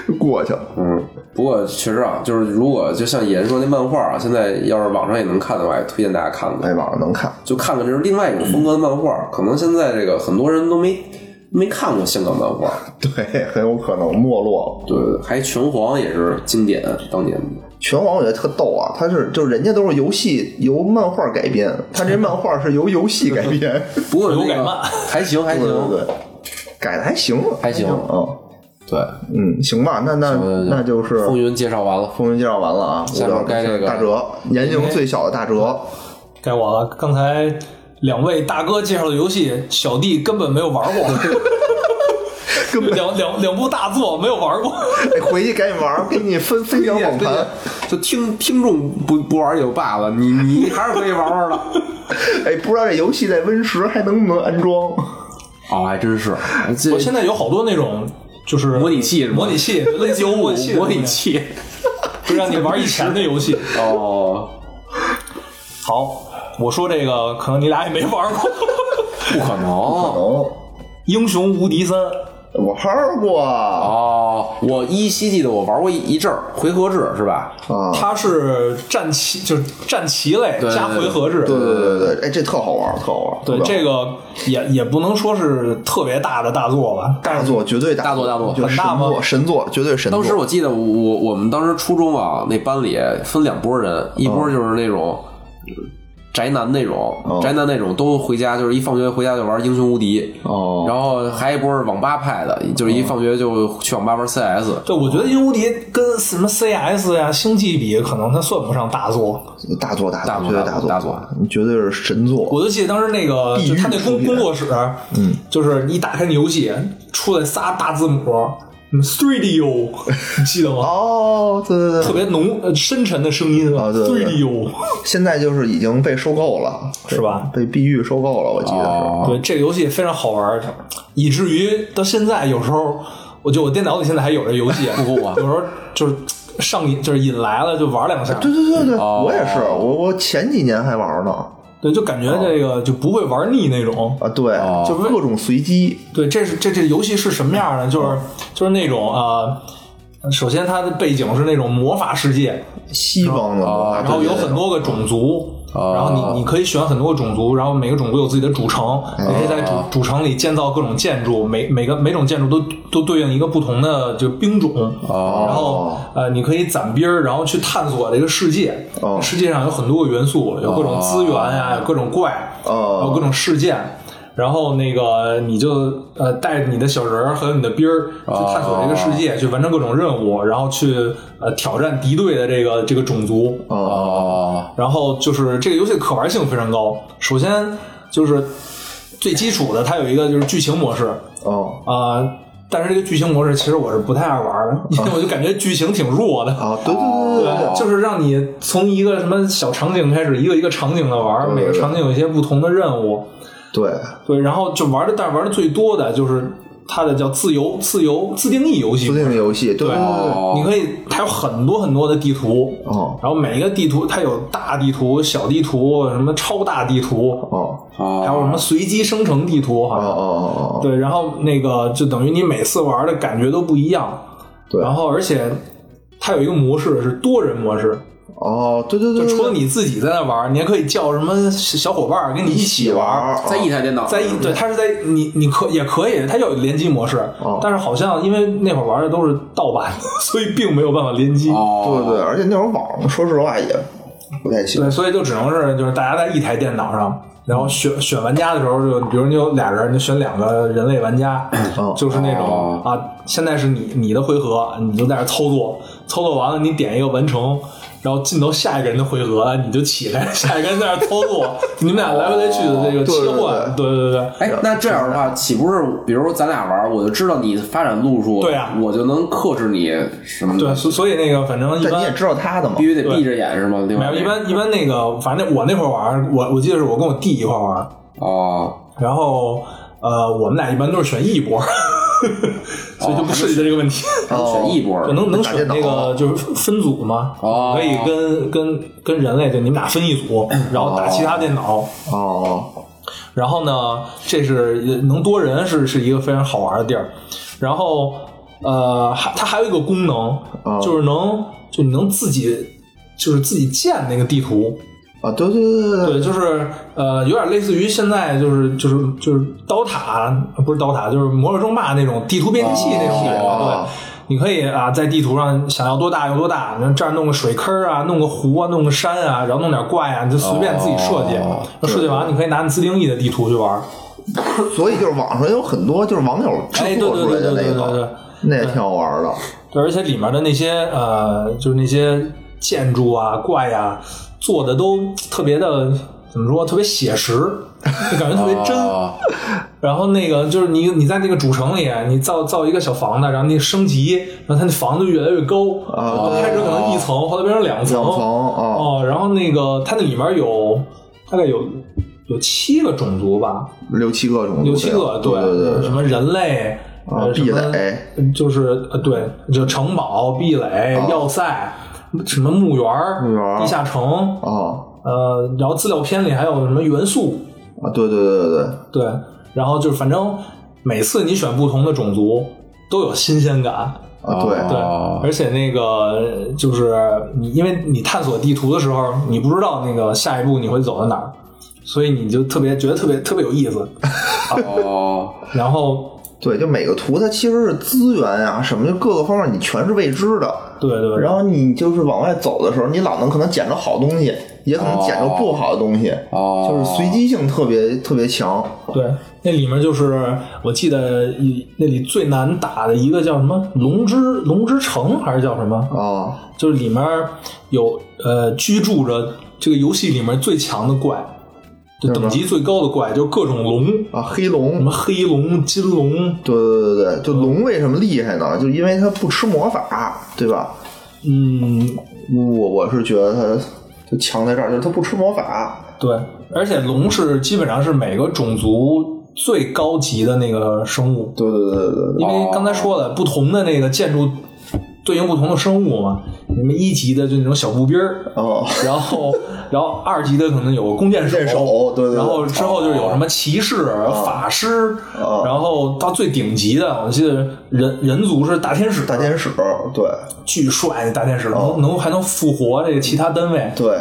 就过去了。
嗯。不过确实啊，就是如果就像爷说那漫画啊，现在要是网上也能看的话，也推荐大家看看，
哎，网上能 看，
就看看这是另外一种风格的漫
嗯
画。可能现在这个很多人都没没看过香港漫画，
对，很有可能没落了。
对，还拳皇也是经典，当年的
拳王我觉得特逗啊，他是就是人家都是游戏由漫画改编，他这漫画是由游戏改编。
不过那
有改
个
漫
还行 还
对对
行，
对，改的还行吧，
还行
啊，
对，
嗯，行吧，那那
行行
那就是
风云介绍完了，
风云介绍完了啊，
下面
我
该这个
大哲，年龄最小的大哲，
该我了，刚才两位大哥介绍的游戏，小弟根本没有玩 过，根本两两两部大作没有玩过。
哎回去赶紧玩，给你分分享网 盘。
就听听众不不玩也就罢了，你你还是可以玩玩的。
哎，不知道这游戏在 Win 十还能不能安装？
哦，还真是，
我
这
现在有好多那种就是
模拟器是吗
模拟器类似于模拟 器，
模拟，器。
就让你玩以前的 游戏。
哦，
好，我说这个可能你俩也没玩过，
不可能。
哦，
《英雄无敌三》
啊玩过啊，
哦，我依稀记得我玩过一一阵儿回合制是吧？
啊
它是战棋，就是战棋类
对
加回合制。
对对对对，对哎，这特好玩，特好玩。
对
特别好
这个也也不能说是特别大的大作吧，但
大
是
作绝对大
大作大作
就是
很
神
大吗
作，神作绝对神
当时
作。
我记得我我我们当时初中啊，那班里分两拨人，一波就是那
哦
种宅男那种，宅男那种都回家就是一放学回家就玩英雄无敌，
哦
然后还一波是网吧派的，就是一放学就去网吧玩 CS。
对，我觉得《英雄无敌》跟什么 CS 呀、星际比，可能它算不上大作。
大作大
大
作
作
绝对
大
作
作
大
大作，
绝对是神作。
我就记得当时那个，
地狱
就他那
出
工
品
工作室，嗯，就是你打开那游戏，出来仨大字母什么 “studio”，你记得吗？
哦，对对对，
特别浓、呃深沉的声音
啊对对对
“studio”，
现在就是已经被收购了，
是吧
被碧玉收购了，我记得是。
哦，
对，这个游戏非常好玩，以至于到现在有时候，我就我电脑里现在还有这游戏，
不不啊
有时候就是上瘾，就是瘾来了就玩两下，
对对对对，
哦
我也是，我我前几年还玩呢
对，就感觉这个就不会玩腻那种。
啊，对，就各种随机
对，这是这这游戏是什么样的？就是就是那种啊、呃首先它的背景是那种魔法世界，
西方的魔法
然
啊对
后有
对啊对
很多个种族，
哦
然后你你可以选很多个种族，然后每个种族有自己的主城，
哎
你可以在主主城里建造各种建筑，每每个每种建筑都都对应一个不同的就兵种，
哦
然后呃你可以攒兵儿，然后去探索这个世界
哦，
世界上有很多个元素，有各种资源呀，有各种怪，
哦
有各种事件。然后那个你就呃带着你的小人儿和你的兵儿
哦
去探索这个世界，去完成各种任务，然后去呃挑战敌对的这个这个种族。
哦
然后就是这个游戏的可玩性非常高。首先就是最基础的，它有一个就是剧情模式
哦
啊、呃但是这个剧情模式其实我是不太爱玩 的，因为我就感觉剧情挺弱的。
啊，对对对对
对，就是让你从一个什么小场景开始，一个一个场景的玩，
对对
每个
对
场景有一些不同的任务。
对对，
对，然后就玩的，但是玩的最多的就是它的叫自由、自由、自定义游戏
固。定的游戏，对对对
哦
你可以，它有很多很多的地图，
哦
然后每一个地图它有大地图、小地图、什么超大地图，
哦
哦，
还有什么随机生成地图，好
哦哦
像
哦哦，
对。然后那个就等于你每次玩的感觉都不一样，
对
然后而且它有一个模式是多人模式，
哦对对对，
就
对
除了你自己在那玩，你还可以叫什么小伙伴儿跟你一起
对
玩。
玩
在一台电脑，
在一对，它是在你你可也可以，它有联机模式，
哦
但是好像因为那会儿玩的都是盗版， 所以并没有办法联机。
哦，
对对，而且那会儿网说实话也不太行
对，所以就只能是就是大家在一台电脑上，然后选选玩家的时候就，比如你有俩人，你选两个人类玩家，
哦
就是那种啊，现在是你你的回合，你就在这操作，操作完了你点一个完成。然后进到下一个人的回合，你就起来，下一个人在那操 作，你们俩来回来去的这个
对
切
对
换，对对对，
哎，那这样的话，岂不是比如咱俩玩儿，我就知道你发展路数，
对啊
我就能克制你什么
对，
的，
所所以那个反正一
但你也
般
知道他的嘛
必，须得闭着眼是吗？对
没
吧？
有，一般一般那个，反正我那会儿玩，我我记得是我跟我弟一块儿玩，
哦，
然后呃，我们俩一般都是选一波， 所以就不涉及到这个问题。
还能选一 E 波儿
就能能
哦打电
选
脑啊
那个就是分组嘛，
哦
可以跟跟跟人类，就你们俩分一组，然后打其他电脑。
哦
然后呢，这是能多人是是一个非常好玩的地儿。然后呃，还它还有一个功能，
哦
就是能就你能自己就是自己建那个地图。
啊对对对对
对，就是呃，有点类似于现在就是就是就是刀塔，不是刀塔，就是魔兽争霸那种地图编辑器那种感觉。
哦
对，你可以啊，在地图上想要多大有多大，那这儿弄个水坑啊，弄个湖啊，弄个山啊，然后弄点怪啊，你就随便自己设计。
哦
那设计完，你可以拿你自定义的地图去玩。
对，所以就是网上有很多就是网友制
哎，对
作
对
出来
对
的
对对
那
对对
个，。那也挺好玩的。
对，而且里面的那些呃，就是那些建筑啊、怪呀、做的都特别的怎么说？特别写实，就感觉特别真。
哦
然后那个就是你你在那个主城里，你造造一个小房子，然后你升级，然后它那房子就越来越高
啊
开始可能一层，后来变成两层，
两层哦，
哦，然后那个它那里面有大概有有七个种族吧，
六七个种族，
有七个，
对对
什么人类。
啊
呃，什么
壁垒
就是呃，对，就城堡、壁垒、要塞，什么墓园儿、
哦墓园儿
地下城，
哦
呃，然后资料片里还有什么元素，
啊，对对对对对，
对，然后就是反正每次你选不同的种族都有新鲜感，
啊对，
对，
哦
而且那个就是你，因为你探索地图的时候，你不知道那个下一步你会走到哪儿，所以你就特别觉得特别特别有意思。
哦，
然后，
对，就每个图它其实是资源呀、什么，就各个方面你全是未知的。
对对，
然后你就是往外走的时候，你老能可能捡着好东西，也可能捡着不好的东西，
哦
就是随机性特别特别强。
对，那里面就是我记得一那里最难打的一个叫什么龙之龙之城还是叫什么？
哦
就是里面有呃居住着这个游戏里面最强的怪，就等级最高的怪，就各种龙，什
啊，黑龙
么，黑龙、金龙，
对对对对，就龙为什么厉害呢？就因为它不吃魔法，对吧？
嗯，
我我是觉得它就强在这儿，就是它不吃魔法。
对，而且龙是基本上是每个种族最高级的那个生物，
对对对对对，
因为刚才说了，不同的那个建筑对应不同的生物嘛，你们一级的就那种小步兵儿，
哦
然后然后二级的可能有个弓箭手，
弓箭手对对对啊
然后之后就是有什么骑士、法师，
哦
然后到最顶级的，我记得人人族是大天使，
大天使，对
巨帅那大天使，能能还能复活这个其他单位，
对，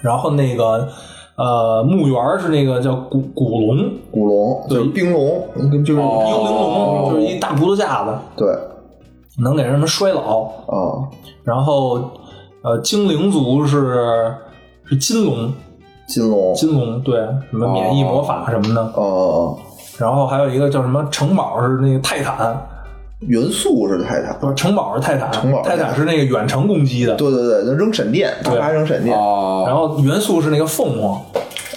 然后那个呃墓园是那个叫古古龙幽
古龙就是冰龙，跟冰龙，
哦
灵龙，就是一大葡萄架子，
对
能给人们衰老，
啊，
然后呃精灵族是是金龙。
金龙，
金龙，对，什么免疫魔法什么的，
哦哦，哦
然后还有一个叫什么城堡是那个泰坦，
元素是泰坦，
不是城堡是泰坦，
城堡是
泰
泰坦
坦是那个远程攻击的，
对对对，扔闪电，他
对啊
发扔闪电，
哦，
然后元素是那个凤凰，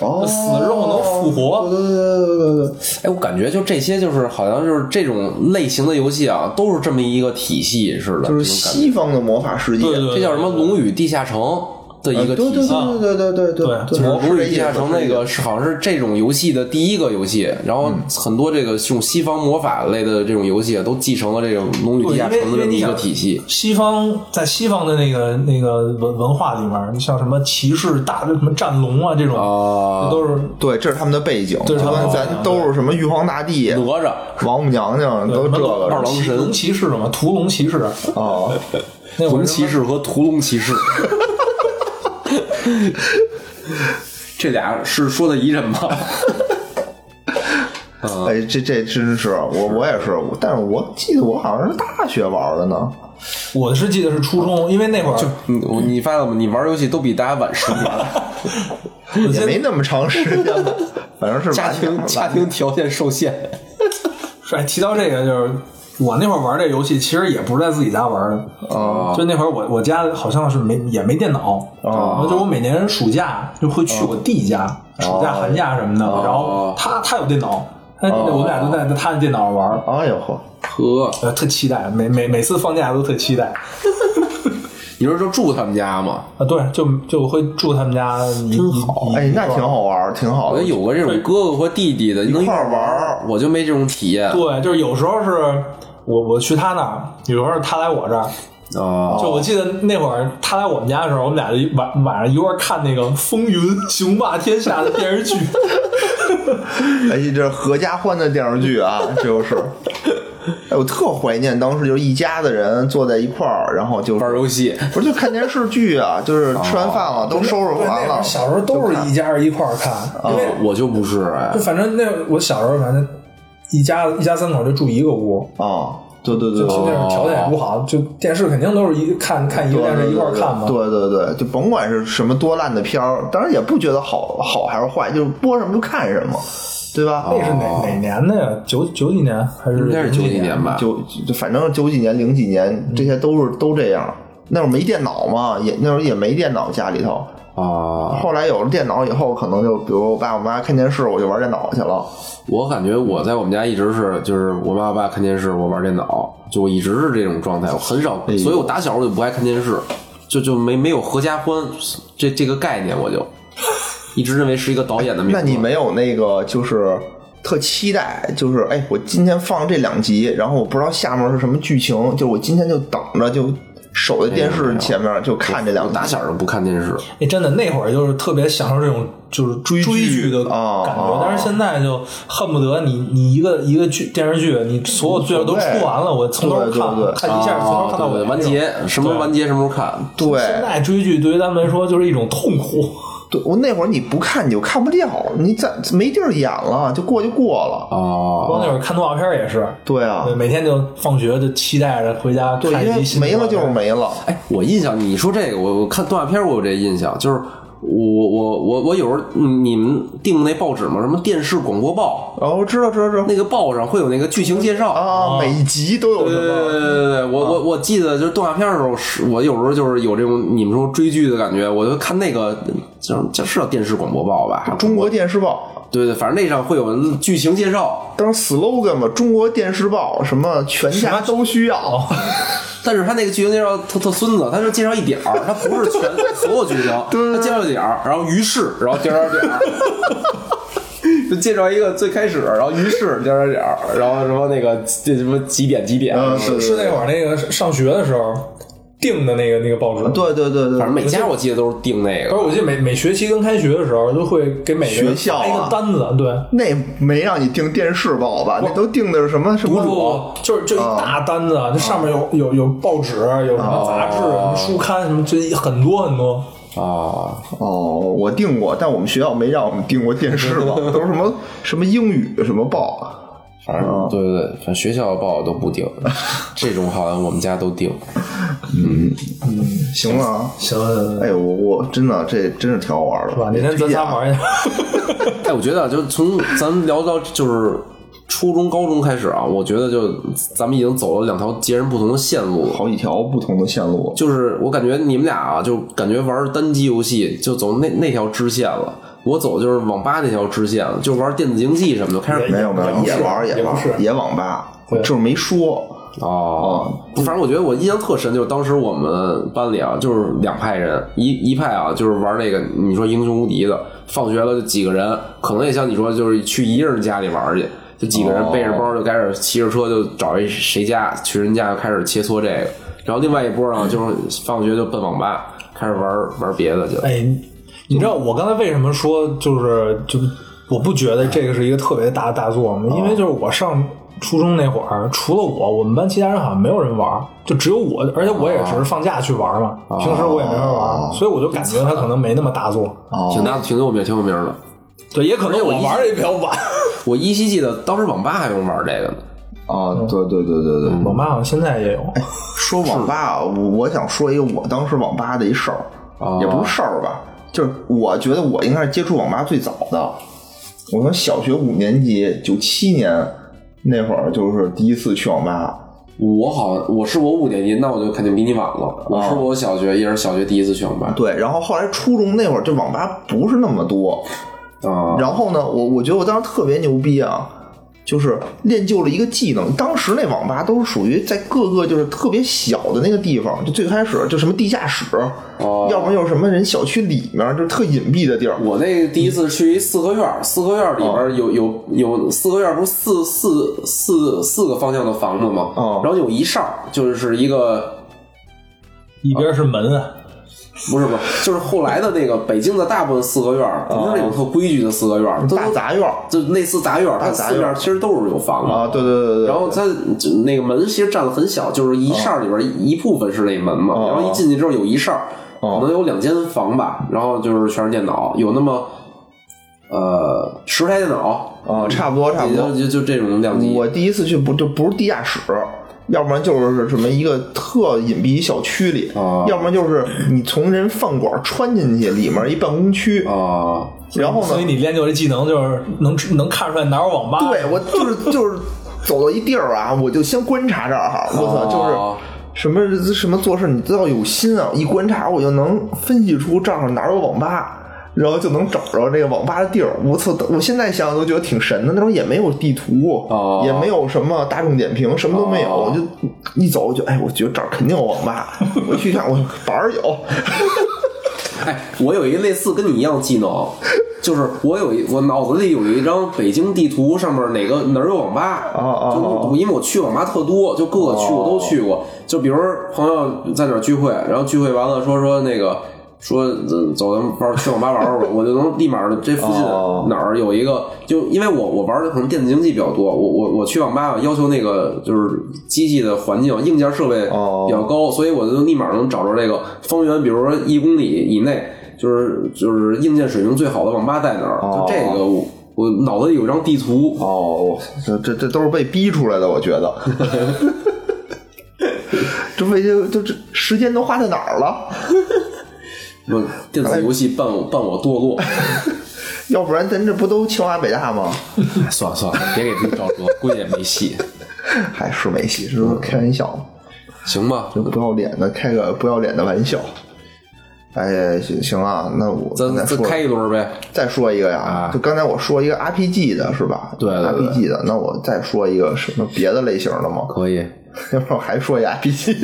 哦，
死了之后能复活，
对对对对对对，
哎，我感觉就这些，就是好像就是这种类型的游戏啊，都是这么一个体系似的，
就是
这种感觉
西方的魔法世界，
对对
这叫什么《龙与地下城》的一
啊
个
对
体
对
系。
对对对对对
对
就是《
魔
龙
法
与地下城》那个是好像是这种游戏的第一个游戏，然后
嗯
很多这个这种西方魔法类的这种游戏啊都继承了这种《龙与地下城》的这么一个体系。
西方在西方的那个那个文文化里面，你像什么骑士、大什么战龙啊这种，
啊，
都是
对，这是他们的背景，
对是
就
他们
跟
的背景
咱都是什么玉皇大帝、
哪吒
王母娘娘都
什
这
么
个
二郎神
龙骑士嘛，屠龙骑士，
啊，
那会
红
儿
骑士和屠龙骑 士，这俩是说的一人 吗？
哎，这这真是我我也是，我但是我记得我好像是大学玩的呢，
我是记得是初中，因为那会儿
你嗯我你发现了吗？你玩游戏都比大家 晚十年，
我
哎也
先
没那么长时间吧，反正是
家庭
晚
家庭条件受限。
哎，提到这个，就是我那会儿玩这游戏，其实也不是在自己家玩的，
哦
就那会儿我我家好像是没也没电脑，然后就我每年暑假就会去我弟家，暑假寒假什么的，然后他他有电脑，他我们俩就在他的电脑上玩，
哎呦呵，
呵，
呃，特期待，每每每次放假都特期待
你说说住他们家吗？
啊，对，就就会住他们家，真好
哎，那挺，好玩，挺好
我
的
觉得，有个这种哥哥或弟弟的，能一
块儿玩
儿，我就没这种体验
对，就是有时候是我我去他那儿，有时候是他来我这儿。
啊。
就我记得那会儿他来我们家的时候，我们俩就晚晚上一块儿看那个《风云雄霸天下》的电视剧，
哎，这合家欢的电视剧啊， 这就是。哎，我特怀念当时就是一家子人坐在一块儿，然后就
玩游戏，
不是就看电视剧啊，就是吃完饭了、都收拾完了，啊
小时候都是一家人一块儿看，因为
我就不是哎
就，反正那我小时候反正一家一家三口就住一个屋，
啊，对对对
就那
对。
种条件也不好，就电视肯定都是一看看一个
哦对
电视一块儿看嘛。
对对对，就甭管是什么多烂的片儿，当然也不觉得好好还是坏，就是播什么就看什么，对吧？
那是
哦
哪哪年的呀？九九几年还是
应该是九
零
几年吧。
九就反正九几年、零几年这些都是都这样。那会儿没电脑嘛，也那会儿也没电脑家里头。
啊，
后来有了电脑以后，可能就比如我爸我妈看电视，我就玩电脑去了。
我感觉我在我们家一直是，就是我妈我爸看电视，我玩电脑，就我一直是这种状态，我很少，
哎呦
所以我打小我就不爱看电视，就就没没有合家欢这这个概念，我就一直认为是一个导演的命。
那你没有那个就是特期待，就是哎，我今天放这两集，然后我不知道下面是什么剧情，就是我今天就等着就守在电视前面就看这两
我
集
打。小就不看电视，
哎，真的那会儿就是特别享受这种就是追追剧的
哦
感觉
哦，
但是现在就恨不得你你一个一个剧电视剧，你所有剧都出完了，我从头
对对
看
对
看一下，从头
啊，
看到
对
尾
对，完。结什么时候完结什么时候看，
对
现在追剧对于他们来说就是一种痛苦，
对，我那会儿你不看你就看不掉，你咋没地儿演了，就过就过了。
哦，
光那会儿看动画片也是，
啊对啊，
每天就放学就期待着回家
对，
看
因
一集
为
新的
没了就是
动画片
没了。
哎，我印象，你说这个，我我看动画片，我有这印象，就是我我我我有时候嗯你们订那报纸嘛，什么电视广播报，
然后知道知道知道
那个报上会有那个剧情介绍。
啊，每集都有
呃对
什
对
么？
对对对，我我我记得就是动画片的时候，是我有时候就是有这种你们说追剧的感觉，我就看那个叫叫是叫电视广播报吧，
中国电视报，
对对，反正那上会有剧情介绍，
当时 slogan 嘛，中国电视报什么全家都需要，
但是他那个剧情介绍特特孙子，他就介绍一点儿，他不是全所有剧情，他介绍一点儿，然后于是，然后点儿点儿点儿。就介绍一个最开始，然后于是点儿点儿点儿，然后什么那个这什么几点几点，
嗯，是
是那会儿那个上学的时候，订的那个那个报纸。
对对对对，
反正每家我记得都是订那
而
个，
我记得每每学期跟开学的时候，都会给每个人
学校啊
发一个单子，对，
那没让你订电视报吧？那都订的是什么什
不
么
不不，就是就一
哦
大单子，啊那上面有有有报纸，有什么杂志、什么书刊，什么就一很多很多。
啊，
哦，我订过，但我们学校没让我们订过电视报，都是什么什么英语什么报，啊
反正对对对，反正学校报都不订，这种好像我们家都订。
行了啊。
行行行，
哎，我我真的这真是挺好玩的，
是吧？哪天咱仨玩一下。
哎，我觉得啊就是从咱们聊到就是初中、高中开始啊，我觉得就咱们已经走了两条截然不同的线路。
好几条不同的线路。
就是我感觉你们俩啊，就感觉玩单机游戏就走那那条支线了，我走就是网吧那条支线了，就玩电子竞技什么的，开始
没有没有，
也
也
不是
玩
也不是
玩也网吧，就是没说。
哦，反正我觉得我印象特深，就是当时我们班里啊，就是两派人，一一派啊就是玩那个你说英雄无敌的，放学了就几个人，可能也像你说就是去一人家里玩去，就几个人背着包就开始骑着车就找一谁家去人家就开始切磋这个，然后另外一波呢就是放学就奔网吧开始玩玩别的去了。
哎，你知道我刚才为什么说就是就我不觉得这个是一个特别大的大作吗？因为就是我上初中那会儿，除了我，我们班其他人好像没有人玩，就只有我，而且我也只是放假去玩嘛，
啊
平时我也没人玩，所以我就感觉它可能没那么大作。
啊
挺大，挺有名，挺有名的。
对，也可能我玩的也比较 晚。
我依稀记得当时网吧还用玩这个呢。
啊，对对对对对。
我妈好像现在也有，
说网吧，啊，我我想说一个我当时网吧的一事儿
哦，
也不是事儿吧，就是我觉得我应该是接触网吧最早的。我从小学五年级，九七年那会儿就是第一次去网吧。
我好像我是我五年级，那我就肯定比你晚
啊
了。我是我小学也是小学第一次去网吧
对，然后后来初中那会儿，这网吧不是那么多，
啊，
然后呢，我我觉得我当时特别牛逼啊，就是练就了一个技能。当时那网吧都是属于在各个就是特别小的那个地方，就最开始就什么地下室，
哦
要不然就是什么人小区里面，就是特隐蔽的地儿。
我那第一次去一四合院儿，四合院儿里边
啊
儿有有有四合院，不是四四四四个方向的房子吗？
哦
然后有一扇儿就是一个
一边是门啊，
不是不是，就是后来的那个北京的大部分四合院儿，不是那种特规矩的四合院儿，都
大杂院儿
就类似杂院儿，它
杂
四
院
院儿其实都是有房的
啊，对对对对对
然。后它就那个门其实占的很小，就是一扇儿里边儿一部分是那门嘛，
哦
然后一进去之后有一扇儿，
哦
可能有两间房吧，然后就是全是电脑，有那么呃十台电脑，
啊，差不多差不
也
多
就。就就这种量级。
我第一次去不就不是地下室，要不然就是什么一个特隐蔽小区里，
哦
要不然就是你从人饭馆穿进去，里面一办公区，
啊，
然后呢
所以，你练就这技能就是能能看出来哪有网吧。
对，我就是就是走到一地儿啊，我就先观察这儿哈，我操，
哦
就是。什么什么做事，你都要有心啊！一观察，我就能分析出这儿哪儿有网吧，然后就能找着这个网吧的地儿。我操！我现在想想都觉得挺神的，那时候也没有地图，
哦
也没有什么大众点评，什么都没有。
哦
我就一走，我就哎，我觉得这儿肯定有网吧。 我一去看，我板儿有，
哎，我有一个类似跟你一样的技 能，就是我有一我脑子里有一张北京地图，上面哪个哪儿有网吧，
哦哦哦
就因为我去网吧特多，就各个区我都去过。就比如朋友在哪儿聚会，然后聚会完了说说那个说呃走咱们玩儿去网吧玩玩 儿吧，我就能立马儿这附近
哦
哪儿有一个，就因为我我玩的可能电子竞技比较多，我我我去网吧要求那个就是机器的环境硬件设备
哦
比较高，所以我就立马能找着这个方圆，比如说一公里以内，就是就是硬件水平最好的网吧在哪儿。
哦
就这个我，我脑子里有张地图，
哦，这这这都是被逼出来的，我觉得。 这为就就这时间都花在哪儿了？
什么电子游戏伴我伴我堕落。
要不然咱这不都清华北大吗？
算了算了，别给自己找辙，估计也没戏。
还是没戏，这都是开玩笑，
行吧，
这不要脸的开个不要脸的玩笑。哎，行行啊，那我
咱
再
再
说
开一轮呗。
再说一个呀，
啊
就刚才我说一个 RPG 的是吧？
对对对
RPG 的，那我再说一个什么别的类型的吗？
可以，
要不然我还说一个 RPG。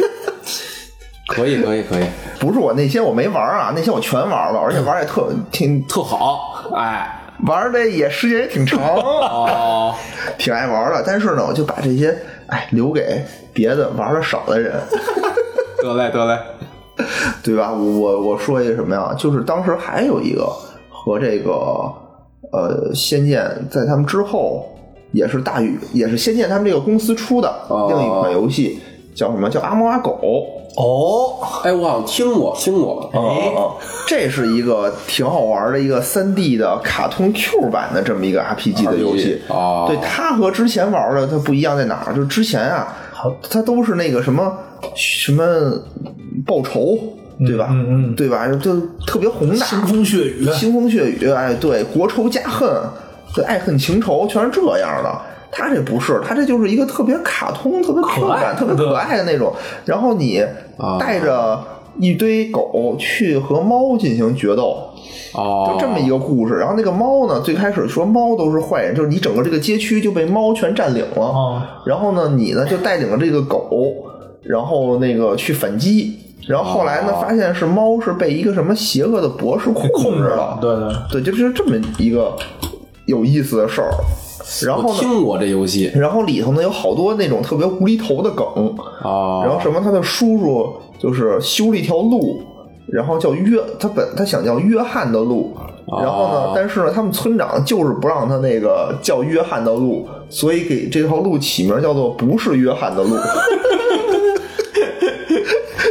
可以，可以，可以，
不是我那些我没玩啊，那些我全玩了，而且玩也特挺
特好，哎，
玩的也时间也挺长，
哦，
挺爱玩的。但是呢，我就把这些哎留给别的玩的少的人。
得嘞得嘞，
对吧？我我说一个什么呀？就是当时还有一个和这个呃《仙剑》在他们之后，也是大宇，也是《仙剑》他们这个公司出的
哦
另一款游戏，叫什么？叫《阿猫阿狗》。
哦，
哎，我好像听过听过，
哦，这是一个挺好玩的一个三 D 的卡通 Q 版的这么一个 RPG 的游戏。
哦，
对，它和之前玩的它不一样在哪儿？就是之前啊，它都是那个什么什么报仇，对吧？
嗯嗯嗯
对吧？就特别宏大，
腥风血雨，
腥风血雨，哎，对，国仇家恨，对，爱恨情仇，全是这样的。他这不是，他这就是一个特别卡通、特别可
可爱
爱、特别可爱的那种。然后你
啊
带着一堆狗去和猫进行决斗，
哦，
就这么一个故事。然后那个猫呢，最开始说猫都是坏人，就是你整个这个街区就被猫全占领了。
哦，
然后呢，你呢就带领着这个狗，然后那个去反击。然后后来呢
哦，
发现是猫是被一个什么邪恶的博士
给控
控
制
制了。
对对，
对，就是这么一个有意思的事儿。然
我
后呢，
听过这游戏
然后里头呢有好多那种特别无厘头的梗，
哦，
然后什么他的叔叔就是修了一条路，然后叫约他本他想叫约翰的路，然后
哦
呢，但是呢他们村长就是不让他那个叫约翰的路，所以给这条路起名叫做不是约翰的路。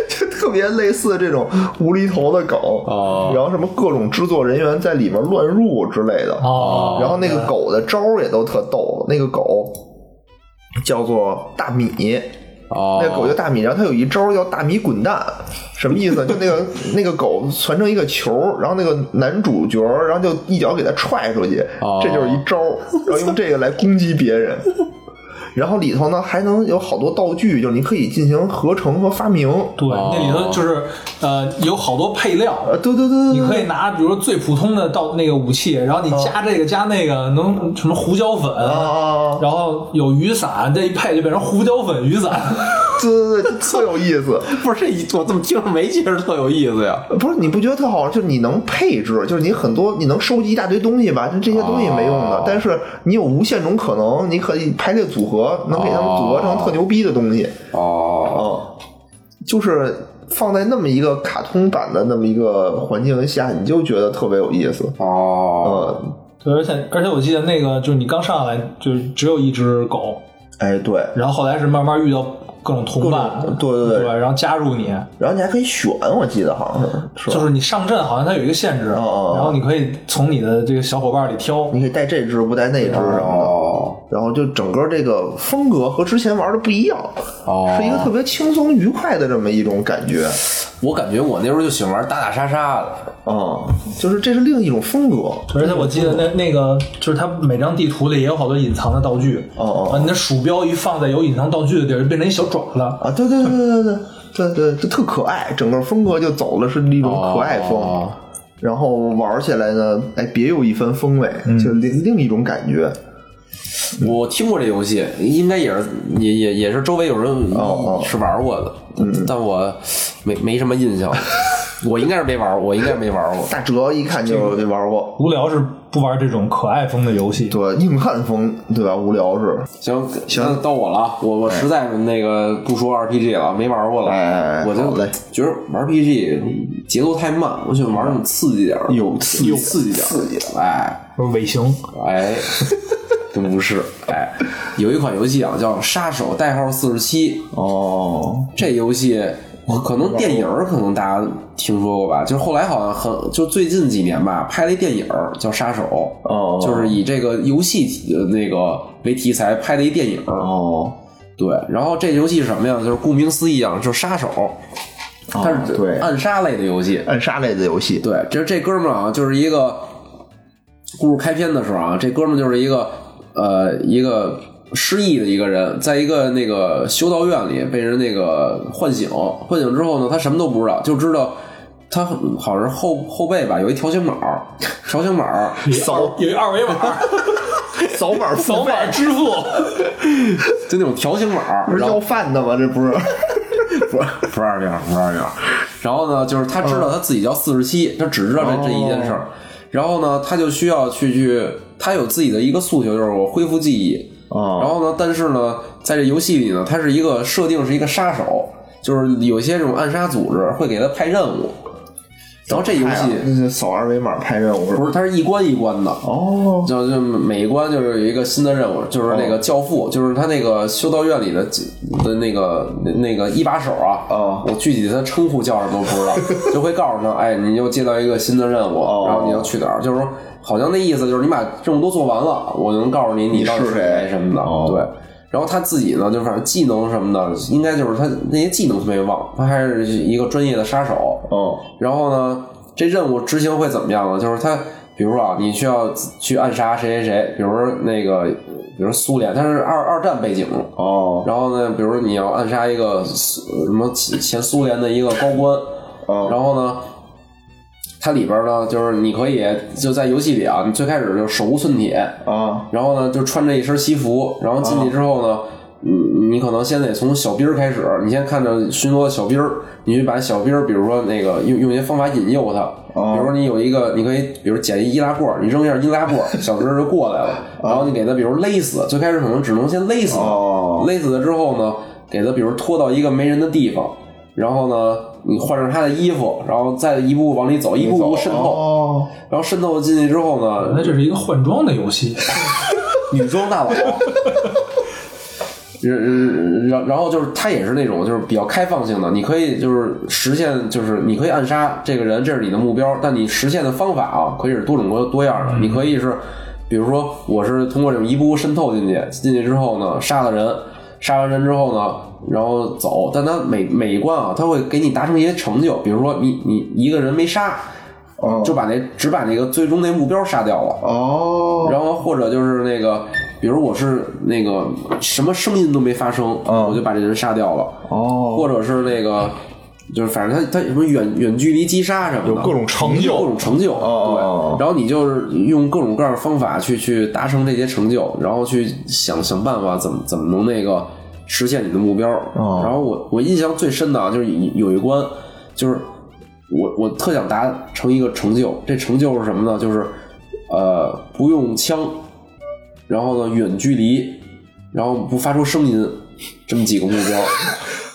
就特别类似这种无厘头的梗，
哦
然后什么各种制作人员在里面乱入之类的，
哦，
然后那个狗的招儿也都特逗，那个狗叫做大米，
哦，
那狗叫大米，然后它有一招叫“大米滚蛋”，什么意思呢？就那个那个狗传成一个球，然后那个男主角，然后就一脚给它踹出去
哦，
这就是一招，然后用这个来攻击别人。然后里头呢还能有好多道具，就是你可以进行合成和发明。
对，那里头就是呃有好多配料，
呃，对对对对，
你
对
可以拿，比如说最普通的到那个武器，然后你加这个加那个，能什么胡椒粉，
啊啊啊！啊
然后有雨伞，这一配就变成胡椒粉雨伞。
对对对，特有意思。
不是这一我怎么听着没觉着特有意思呀？
不是你不觉得特好玩？就是你能配置，就是你很多你能收集一大堆东西吧，就这些东西没用的，
哦
但是你有无限种可能，你可以排列组合，能给它们组合成特牛逼的东西。
哦，
哦、就是放在那么一个卡通版的那么一个环境下，你就觉得特别有意思。
哦，
呃，
对，而且而且我记得那个就是你刚上来就只有一只狗，
哎对，
然后后来是慢慢遇到各种同伴
各，种对对
对
对
然后加入你，
然后你还可以选，我记得好像是，是
就
吧？
是你上阵好像它有一个限制，
哦
然后你可以从你的这个小伙伴里挑。
你可以带这只不带那只什么的。
哦，
然后就整个这个风格和之前玩的不一样，
哦
是一个特别轻松愉快的这么一种感觉。
我感觉我那时候就喜欢玩打打杀杀的，
啊、就是这是另一种风格。
而且我记得那那个就是它每张地图里也有好多隐藏的道具，
哦哦
啊，你的鼠标一放在有隐藏道具的地儿，就变成一小爪子了。
啊，对对对对对对对对，就特可爱，整个风格就走的是一种可爱风，
哦
然后玩起来呢，哎，别有一番风味，就另另一种感觉。
我听过这游戏，应该也是也也也是周围有人
哦哦
是玩过的，但我没没什么印 象，我应该是没玩，我应该没玩过。
大哲一看就没玩过，
无聊是不玩这种可爱风的游戏。
对，硬汉风，对吧？无聊是，
行行，到我了啊，我我实在那个不说 RPG 了，没玩过了，
哎哎哎
我
好
就
嘞
觉得玩 RPG 节奏太慢，我喜欢玩那种刺激点儿，
有刺激
有刺激点儿，
刺激
哎。
就是尾行，
哎，真不是，哎，有一款游戏啊叫《杀手代号四十七》，
哦，
这游戏我可能电影儿可能大家听说过吧，就是后来好像很就最近几年吧拍了一电影儿叫《杀手》，
哦
就是以这个游戏呃那个为题材拍的一电影儿，
哦，
对，然后这游戏是什么呀？就是顾名思义啊，就是杀手，它是
哦对
暗杀类的游戏，
暗杀类的游戏，
对，这这哥们儿啊，就是一个故事开篇的时候啊，这哥们儿就是一个呃一个失忆的一个人，在一个那个修道院里被人那个唤醒，唤醒之后呢，他什么都不知道，就知道他好像是后后背吧有一条形码儿，条形码儿
扫
有一二维码，
扫 码付
扫
费，
码支付。
就那种条形码儿，
不是
然后
要饭的吗？这 不是，不是，
不是二零，不是二零。然后呢，就是他知道他自己叫四十七，他只知道这这一件事儿。然后呢，他就需要去去，他有自己的一个诉求，就是我恢复记忆。
哦
然后呢，但是呢，在这游戏里呢，他是一个设定是一个杀手，就是有一些这种暗杀组织会给他派任务，然后这游
哎呀
戏
那是扫二维码拍任务是吧
不是它是一关一关的，
哦，
就就每一关就是有一个新的任务，就是那个教父，就是他那个修道院里的的那个那那个一把手啊，
哦
我具体他称呼叫什么都不知 道，就会告诉他，哎，你又接到一个新的任务，
哦
然后你要去哪儿，就是说好像那意思就是你把任务都做完了，我能告诉你你到底
你是谁
谁什么的，
哦
对。然后他自己呢，就反正技能什么的，应该就是他那些技能特别旺，他还是一个专业的杀手，
哦，
然后呢，这任务执行会怎么样呢？就是他，比如说啊，你需要去暗杀谁谁谁，比如说那个，比如说苏联，它是二二战背景
哦，
然后呢，比如说你要暗杀一个苏什么前苏联的一个高官，
哦
然后呢，它里边呢就是你可以就在游戏里啊，你最开始就手无寸铁，
啊，
然后呢就穿着一身西服，然后进去之后呢，嗯，你可能先得从小兵儿开始，你先看着巡逻的小兵儿，你去把小兵儿，比如说那个用用一些方法引诱他，比如说你有一个，你可以比如捡一易拉罐儿，你扔一下易拉罐儿，小兵儿就过来了，然后你给他比如勒死，最开始可能只能先勒死他，
哦，
勒死了之后呢，给他比如拖到一个没人的地方，然后呢你换上他的衣服，然后再一步步往里走，一步步渗透，
哦，
然后渗透进去之后呢，
那这是一个换装的游戏，
女装大佬。 然然然后就是他也是那种就是比较开放性的，你可以就是实现就是你可以暗杀这个人，这是你的目标，但你实现的方法啊可以是多种多多样的，你可以是比如说我是通过这种一步步渗透进去，进去之后呢杀了人，杀完人之后呢，然后走，但他每每一关啊他会给你达成一些成就，比如说你你一个人没杀，
哦
就把那只把那个最终那目标杀掉了。
哦，
然后或者就是那个，比如我是那个什么声音都没发生，
嗯
我就把这人杀掉了，
哦，
或者是那个，就是反正他他什么远远距离击杀什么的，
有各种成
有各
就，
种成就，
哦哦哦
对，然后你就是用各种各样的方法去去达成这些成就，然后去想想办法怎么怎么能那个实现你的目标。
哦
然后我我印象最深的啊，就是有有一关，就是我我特想达成一个成就，这成就是什么呢？就是呃不用枪，然后呢远距离，然后不发出声音，这么几个目标。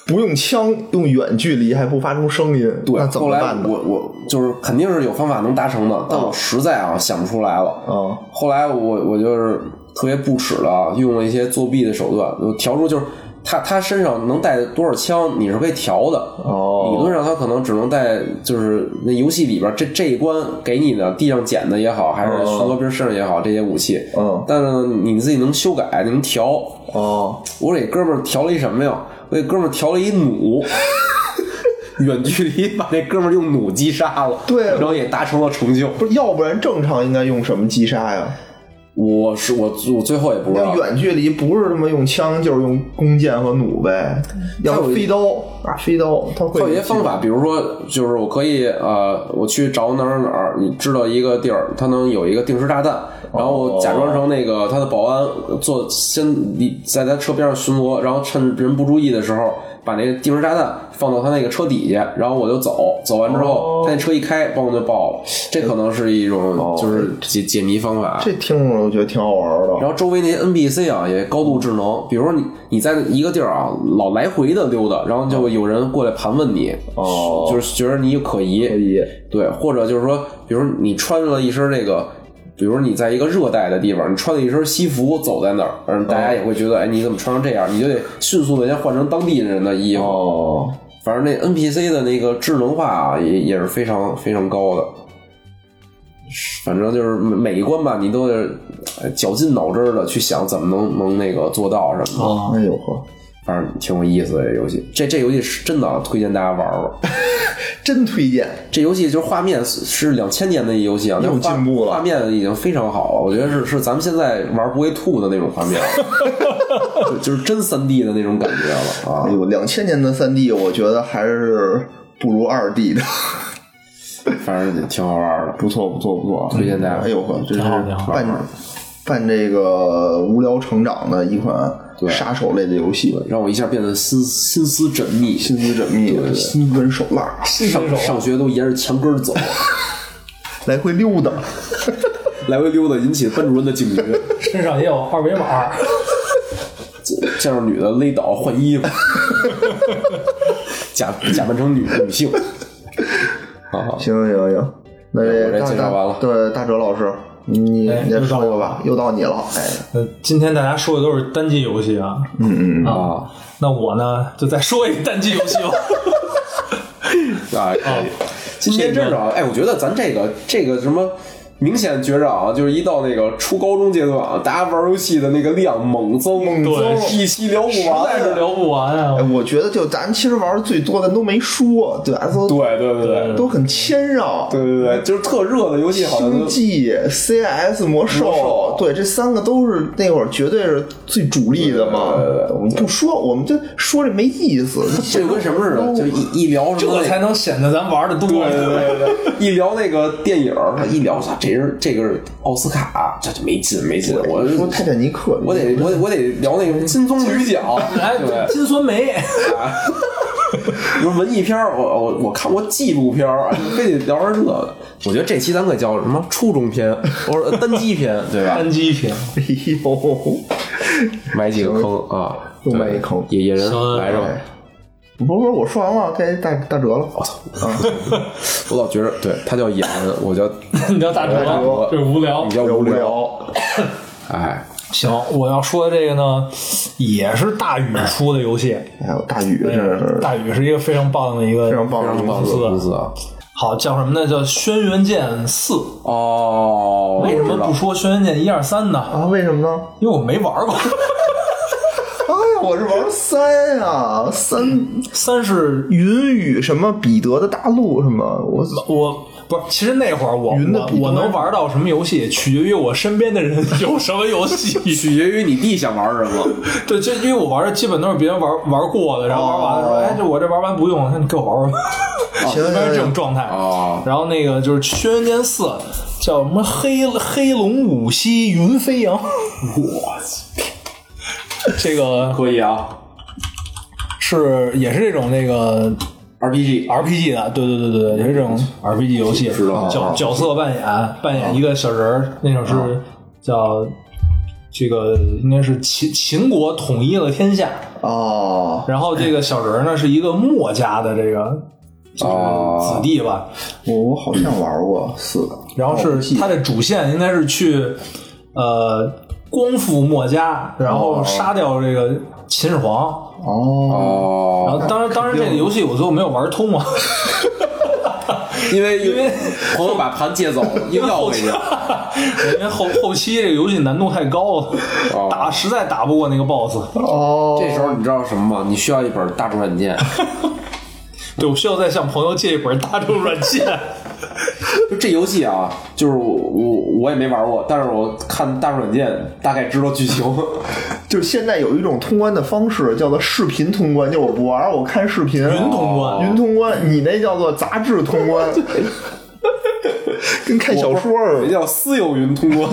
不用枪，用远距离还不发出声音，
对，
那怎么
后来
办呢？嗯
我我就是肯定是有方法能达成的，但我实在啊想不出来了。
哦
后来我我就是特别不耻的啊，用了一些作弊的手段，我调出就是他他身上能带多少枪，你是可以调的。理
哦
论上他可能只能带，就是那游戏里边这这一关给你的地上捡的也好，还是巡逻兵身上也好，这些武器。
哦嗯
但是呢你自己能修改，你能调。
哦，
我给哥们儿调了一什么呀？我给哥们儿调了一弩，远距离把那哥们儿用弩击杀了，
对
然后也达成了成就。
不是，要不然正常应该用什么击杀呀？
我是我我最后也不知道
那，远距离不是他妈用枪，就是用弓箭和弩呗，要不飞刀啊，飞刀，他会
它有些方法，比如说，就是我可以呃，我去找哪儿哪儿，你知道一个地儿，它能有一个定时炸弹，然后我假装成那个他的保安，做先你在他车边上巡逻，然后趁人不注意的时候，把那个定时炸弹放到他那个车底下，然后我就走，走完之
哦
后，他那车一开，嘣就爆了。这可能是一种就是解解谜方法。
这听着我觉得挺好玩的。
然后周围那些 NPC 啊也高度智能，比如说你你在一个地儿啊老来回的溜达，然后就有人过来盘问你，
哦
就是觉得你可疑，可
疑，
对，或者就是说，比如你穿了一身这个。比如你在一个热带的地方，你穿了一身西服走在那儿，嗯，大家也会觉得，哎，你怎么穿成这样？你就得迅速的先换成当地人的衣服。
哦，
反正那 NPC 的那个智能化啊，也也是非常非常高的。反正就是每每一关吧，你都得哎绞尽脑汁的去想怎么能能那个做到什么的，
啊，
哎呦呵，
反正挺有意思的这游戏。这这游戏是真的啊推荐大家玩玩。
真推荐
这游戏就是画面是是两千年的一游戏啊，
又
但画
进步了
画面已经非常好了。我觉得是是咱们现在玩不会吐的那种画面了， 就就是真三 D 的那种感觉了啊
哎。呦，两千年的三 D，我觉得还是不如二 D 的，
反正挺好玩的，
不错不错不错，
推荐大家
哎呦呵，这是
挺好挺好
办办这个无聊成长的一款
对
杀手类的游戏，
让我一下变得心心思缜密，
心思缜密，心狠手辣，
新
上
手
上学都沿着墙根儿走，
来回溜达。
来回溜达，引起班主任的警觉，
身上也有二维码，
见着女的勒倒换衣服。 假假扮成女女性。 好好，
行行行，那
我这
大
介绍完了
大对大哲老师，你
哎
你再
又到
说一个
我
吧，又到你了，哎，
呃，今天大家说的都是单机游戏啊，
嗯嗯嗯，
啊
那我呢就再说一个单机游戏吧。
啊！可以今天真是啊，哎，我觉得咱这个这个什么。明显觉着啊，就是一到那个初高中阶段啊，大家玩游戏的那个量猛增，猛
对
一期聊不
实
完，
在是聊不完啊
哎，！我觉得就咱其实玩的最多的都没说，对，咱都
对对对对
都很谦让，
对对对，就是特热的游戏，好像
星
都
际、CS、魔兽，
魔兽
对，这三个都是那会儿绝对是最主力的嘛。
对对对对
我们不说，我们就说这没意 思。
这跟什么似的，就一一聊什么
这
那
才能显得咱玩的多。
对对对，对，一聊那个电影儿，啊一聊操，这人这个是奥斯卡，啊这就没劲没劲。我
说泰坦尼克，
我得我得我得聊那个金棕榈奖，
哎
对不对，？
金酸梅，
比如文艺片儿，我我我看过纪录片儿，啊非得聊点这个。 我觉得这期咱可以叫什么初中篇，或者单机篇，对 吧？
单机屏。
哎呦，
埋几个坑啊，
又埋
对
一坑哎
野野人
行
来着吧。
不是不是，我说完了，该大大哲了。
我操！我老觉着，对他叫野人，我叫
你叫大哲
大
吗
哲，
这是无聊
你。叫
无
无聊，
聊，
哎，
行，我要说的这个呢，也是大宇出的游戏。
哎呦，大宇真是
大宇是一个非常棒的一个
嗯非常棒的公司。
公司啊，
好叫什么呢？叫《轩辕剑四》。
哦，
为什么
我知道
不说《轩辕剑一二三》呢？
啊？为什么呢？
因为我没玩过。
哎呀，我是玩三啊，三
三是
云雨什么彼得的大陆什么，我
我不是，其实那会儿我
云的
我
比多
我能玩到什么游戏，取决于我身边的人 有什么游戏。
取决于你弟想玩什么。
对，就因为我玩的基本都是别人玩玩过的，然后玩完了说，
哦
哎，这我这玩完不用，那你给 我玩玩吧，
行
一般是这种状态。
哦
然后那个就是《轩辕剑四》，叫什么黑黑龙舞息云飞扬，
我操，
这个
可以啊
是也是这种那个
，RPG，
RPG 的，对对对对，也是这种 RPG 游戏，
知道
角角色扮演，扮演一个小人儿，那种是叫这个应该是秦秦国统一了天下，
哦，
然后这个小人儿呢是一个墨家的这个
哦
子弟吧，
我我好像玩过四个，
然后是他的主线应该是去呃光复墨家，然后杀掉这个秦始皇，
哦，
然
哦，
后当然当然这个游戏我最后没有玩通啊。
因为
因为
朋友把盘借走了，硬要回去。
因为后后期这个游戏难度太高了，打实在打不过那个 BOSS。
哦，
啊这时候你知道什么吗？你需要一本《大众软 件》，
对，我需要再向朋友借一本大众软件。
就这游戏啊，就是我我我也没玩过，但是我看《大众软件》大概知道剧 情。
就是现在有一种通关的方式叫做视频通关，就是我不玩，我看视频。哦
云通关
云通关，你那叫做杂志通 关，跟看小说似
人
的。
叫私有云通关，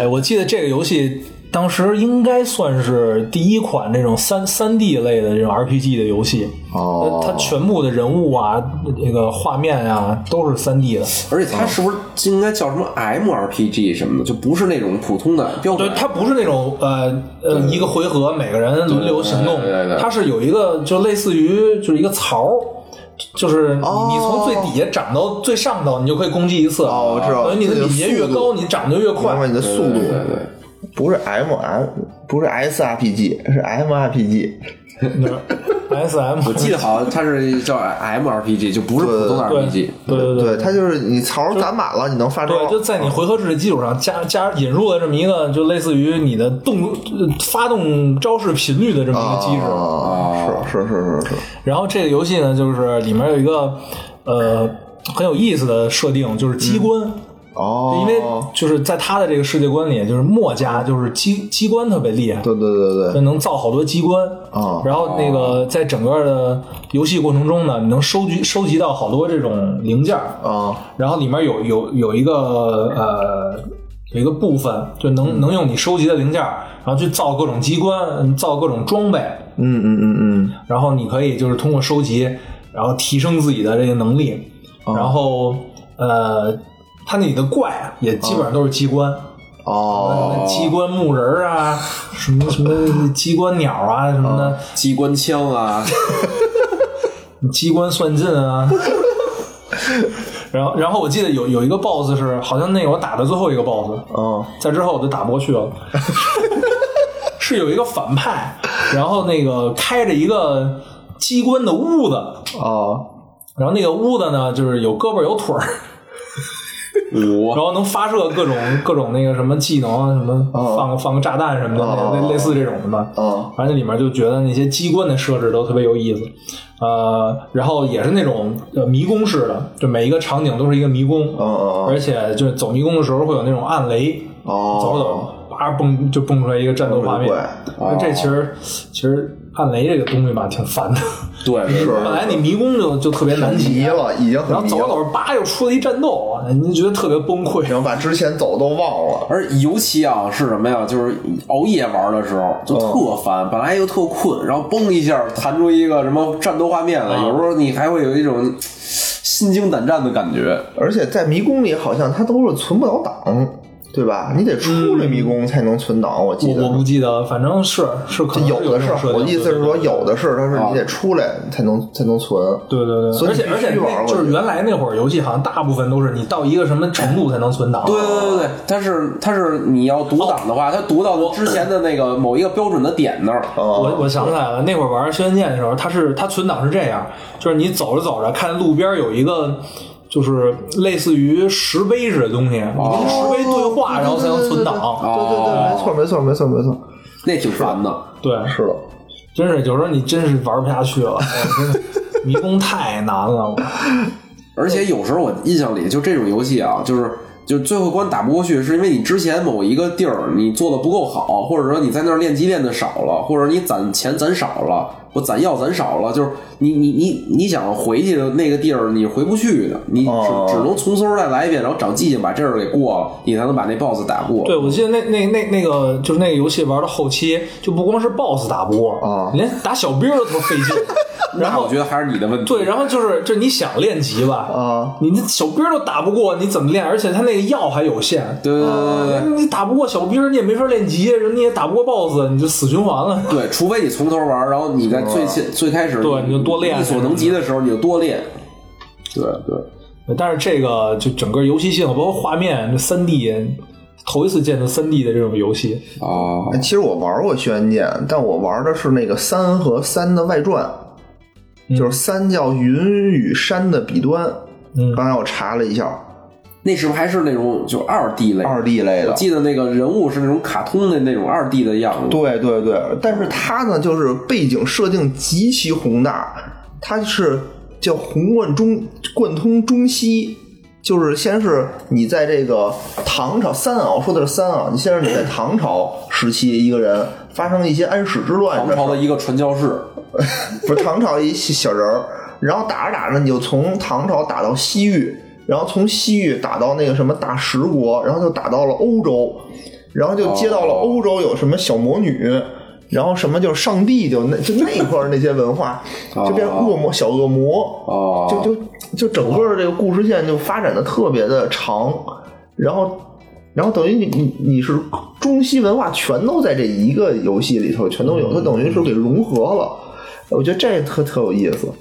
哎，我记得这个游戏当时应该算是第一款这种三三 D 类的这种 RPG 的游戏。呃
哦
它它全部的人物啊，那个画面啊，都是三 D 的。
而且它是不是应该叫什么 MRPG 什么的？就不是那种普通的标
对
准，。
它不是那种呃呃一个回合每个人轮流行动
对对对对，对
它是有一个就类似于就是一个槽儿，就是你
哦
你从最底下涨到最上头，你就可以攻击一次。
哦我知道
所以你的
这个
底下越
速度
高，你涨得越
慢慢
快。
你的速度
对对对，
不是 M M，不是 S R P G，是 M R P G。
S M，
我记得好像它是叫 MRPG，就不是普通的
对
RPG。
对对对。
对，它就是你槽攒满了，你能发招
对，。就在你回合制的基础上加加引入了这么一个，就类似于你的动呃发动招式频率的这么一个机制。
啊，是是是是是，
然后这个游戏呢，就是里面有一个呃很有意思的设定，就是机关。
哦，
因为就是在他的这个世界观里，就是墨家就是机机关特别厉害，
对对对对
就
对，
能造好多机关。
哦
然后那个在整个的游戏过程中呢，你能收集收集到好多这种零件儿。
啊，
然后里面有有有一个呃有一个部分，就
嗯
能能用你收集的零件儿，然后去造各种机关，造各种装备。
嗯嗯嗯嗯，
然后你可以就是通过收集，然后提升自己的这个能力，然后呃，它那里的怪啊也基本上都是机关，
哦，
机关木人儿啊，什么什么机关鸟啊什么的，
机关枪 啊，
机关算尽啊。然后，然后我记得有有一个 boss 是，好像那个我打的最后一个 boss，
嗯，
在之后我就打不过去了。是有一个反派，然后那个开着一个机关的屋子，
哦，
然后那个屋子呢，就是有胳膊有腿儿，
我
然后能发射各种 各种那个什么技能啊，什么
哦
放个放个炸弹什么的，
哦
类类类似这种的嘛。
哦，
反正里面就觉得那些机关的设置都特别有意思，呃，然后也是那种呃迷宫式的，就每一个场景都是一个迷宫，
哦哦
而且就是走迷宫的时候会有那种暗雷，
哦
走着走着叭蹦就蹦出来一个战斗画面
怪，
那这其实其实暗雷这个东西吧挺烦的，
对
是
本来你迷宫就就特别难解
迷，了，已经
啊
很
然后
迷
走着
了，
走着叭又出了一战斗，你就觉得特别崩溃。
然后把之前走都忘了。
而尤其啊是什么呀？就是熬夜玩的时候就特烦，本来又特困，然后嘣一下弹出一个什么战斗画面来，有时候你还会有一种心惊胆战的感觉。
而且在迷宫里好像它都是存不了档，对吧？你得出了迷宫才能存档，我记
嗯我我
得。
不记得，反正是是可能
有的
这
是
种设，定
我的意思是说，有的是，它是你得出来才能才能存。
对对对，
所以
而且
必
而
须
且
玩
那
我
就是
觉得
原来那会儿游戏好像大部分都是你到一个什么程度才能存档，啊
对对对对，它是它是你要读档的话，它读到之前的那个某一个标准的点那儿，
哦
我我想起来了，那会儿玩《轩辕剑》的时候，它是它存档是这样，就是你走着走着，看路边有一个就是类似于石碑似的东西，你跟石碑
哦
对话，然后才能存档。哦
对对对，没错没错没错没错，
那挺烦的。
对，
是的。
真是有时候你真是玩不下去了，哎真的迷宫太难了。我
而且有时候我印象里，就这种游戏啊，就是就是最后关打不过去，是因为你之前某一个地儿你做的不够好，或者说你在那儿练级练的少了，或者你攒钱攒少了，我攒药攒少了，就是你你你你想回去的那个地儿你回不去的，你只、
哦
只能从头再来一遍，然后长记性把这儿给过了，你才能把那 BOSS 打过。
对，我记得那那那那个就是那个游戏玩到后期，就不光是 BOSS 打不过，
啊
连打小兵都特费 劲。然
那
后
我觉得还是你的问题。
对，然后就是就是你想练级吧，
啊，
你那小兵都打不过，你怎么练？而且他那个药还有限，
对对对对对。
你打不过小兵，你也没法练级，人你也打不过 BOSS，你就死循环了。
对，除非你从头玩，然后你在最先最开始
哦对你就多练
力所能及的时候你就多练。对对，
但是这个就整个游戏性，包括画面，这三 D，头一次见到三 D 的这种游戏，
哦，
其实我玩过《轩辕剑》，但我玩的是那个三和三的外传，就是三叫云与山的彼端。
嗯
刚才我查了一下，
那时候还是那种就二 D 类，
二 D 类的
我，记得那个人物是那种卡通的那种二 D 的样子。
对对对，但是它呢，就是背景设定极其宏大，它是叫宏贯中贯通中西，就是先是你在这个唐朝三啊，我说的是三啊，你先是你在唐朝时期一个人发生一些安史之乱
唐
的事
朝
儿，
的一个传教士，
不是唐朝一小人儿，然后打着打着你就从唐朝打到西域，然后从西域打到那个什么大食国，然后就打到了欧洲，然后就接到了欧洲有什么小魔女。然后什么就是上帝，就那就那一块儿那些文化，就变成恶魔小恶魔，
哦，
就就就整个这个故事线就发展的特别的长，然后然后等于你你你是中西文化全都在这一个游戏里头全都有，它等于是给融合了。我觉得这特特有意思，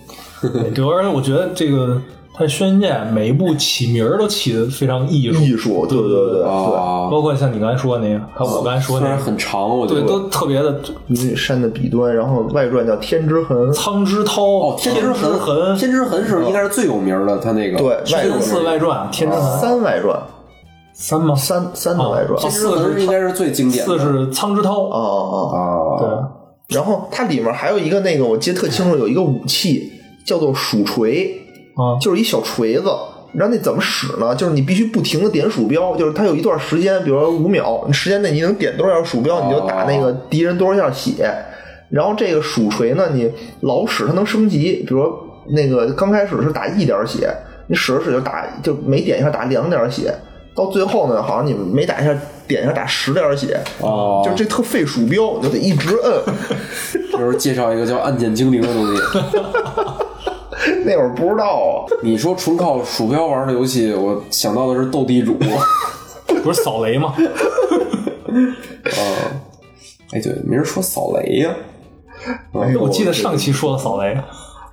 对，而且我觉得这个它《轩辕剑》每一部起名儿都起的非常艺术，
艺术，对对对对，
啊，
包括像你刚才说的那个，还有我刚才说
虽
的那
然
个，
很长，我觉
对，
得。
都特别的
云与山的彼端，然后外传叫《天之痕》，
苍之涛、
哦，天之
之
痕，
痕、
天之痕是应该是最有名的，他那个
对外
天
传
赐外传、天之痕
三外传，
三吗？
三三的外传，
天
哦
之痕应该是最经典的
四是苍之涛，
哦哦，
对
啊，，
然后它里面还有一个那个我记得特清楚，有一个武器叫做鼠锤，
啊，
就是一小锤子。你知道那怎么使呢？就是你必须不停的点鼠标，就是它有一段时间，比如说五秒，你时间内你能点多少下鼠标，你就打那个敌人多少下血。然后这个鼠锤呢，你老使它能升级，比如说那个刚开始是打一点血，你使着使着打就每点一下打两点血，到最后呢，好像你每打一下点一下打十点血，
哦
就是这特费鼠标，你就得一直摁。
这时候介绍一个叫暗箭精灵的东西。
那会儿不知道啊，
你说纯 嗯哦靠鼠标玩的游戏，我想到的是斗地主。
不是扫雷吗？
嗯，哎，对，没人说扫雷呀、
哎呦
我记得上期说了扫雷，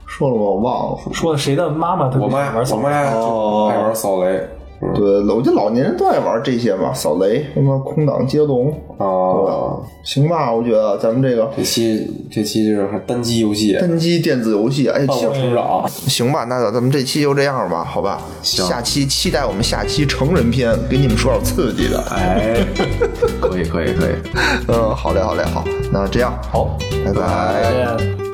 说了吗？我忘了。
说了谁的妈妈特
我
别喜
妈
欢玩
我
扫雷，
妈呀就
哦
爱玩扫雷，嗯
对，我觉得老年人都爱玩这些吧，扫雷，什么空档接龙，
啊，
行吧？我觉得咱们这个
这期这期就是还单机游戏，
单机电子游戏，哎，
伴我
行
哦
成长，
行吧，那咱们这期就这样吧，好吧？下期期待我们下期成人篇，给你们说点刺激的。
哎，可以可以可以，
嗯，好嘞，好嘞，好，那这样，
好，
拜拜
再见。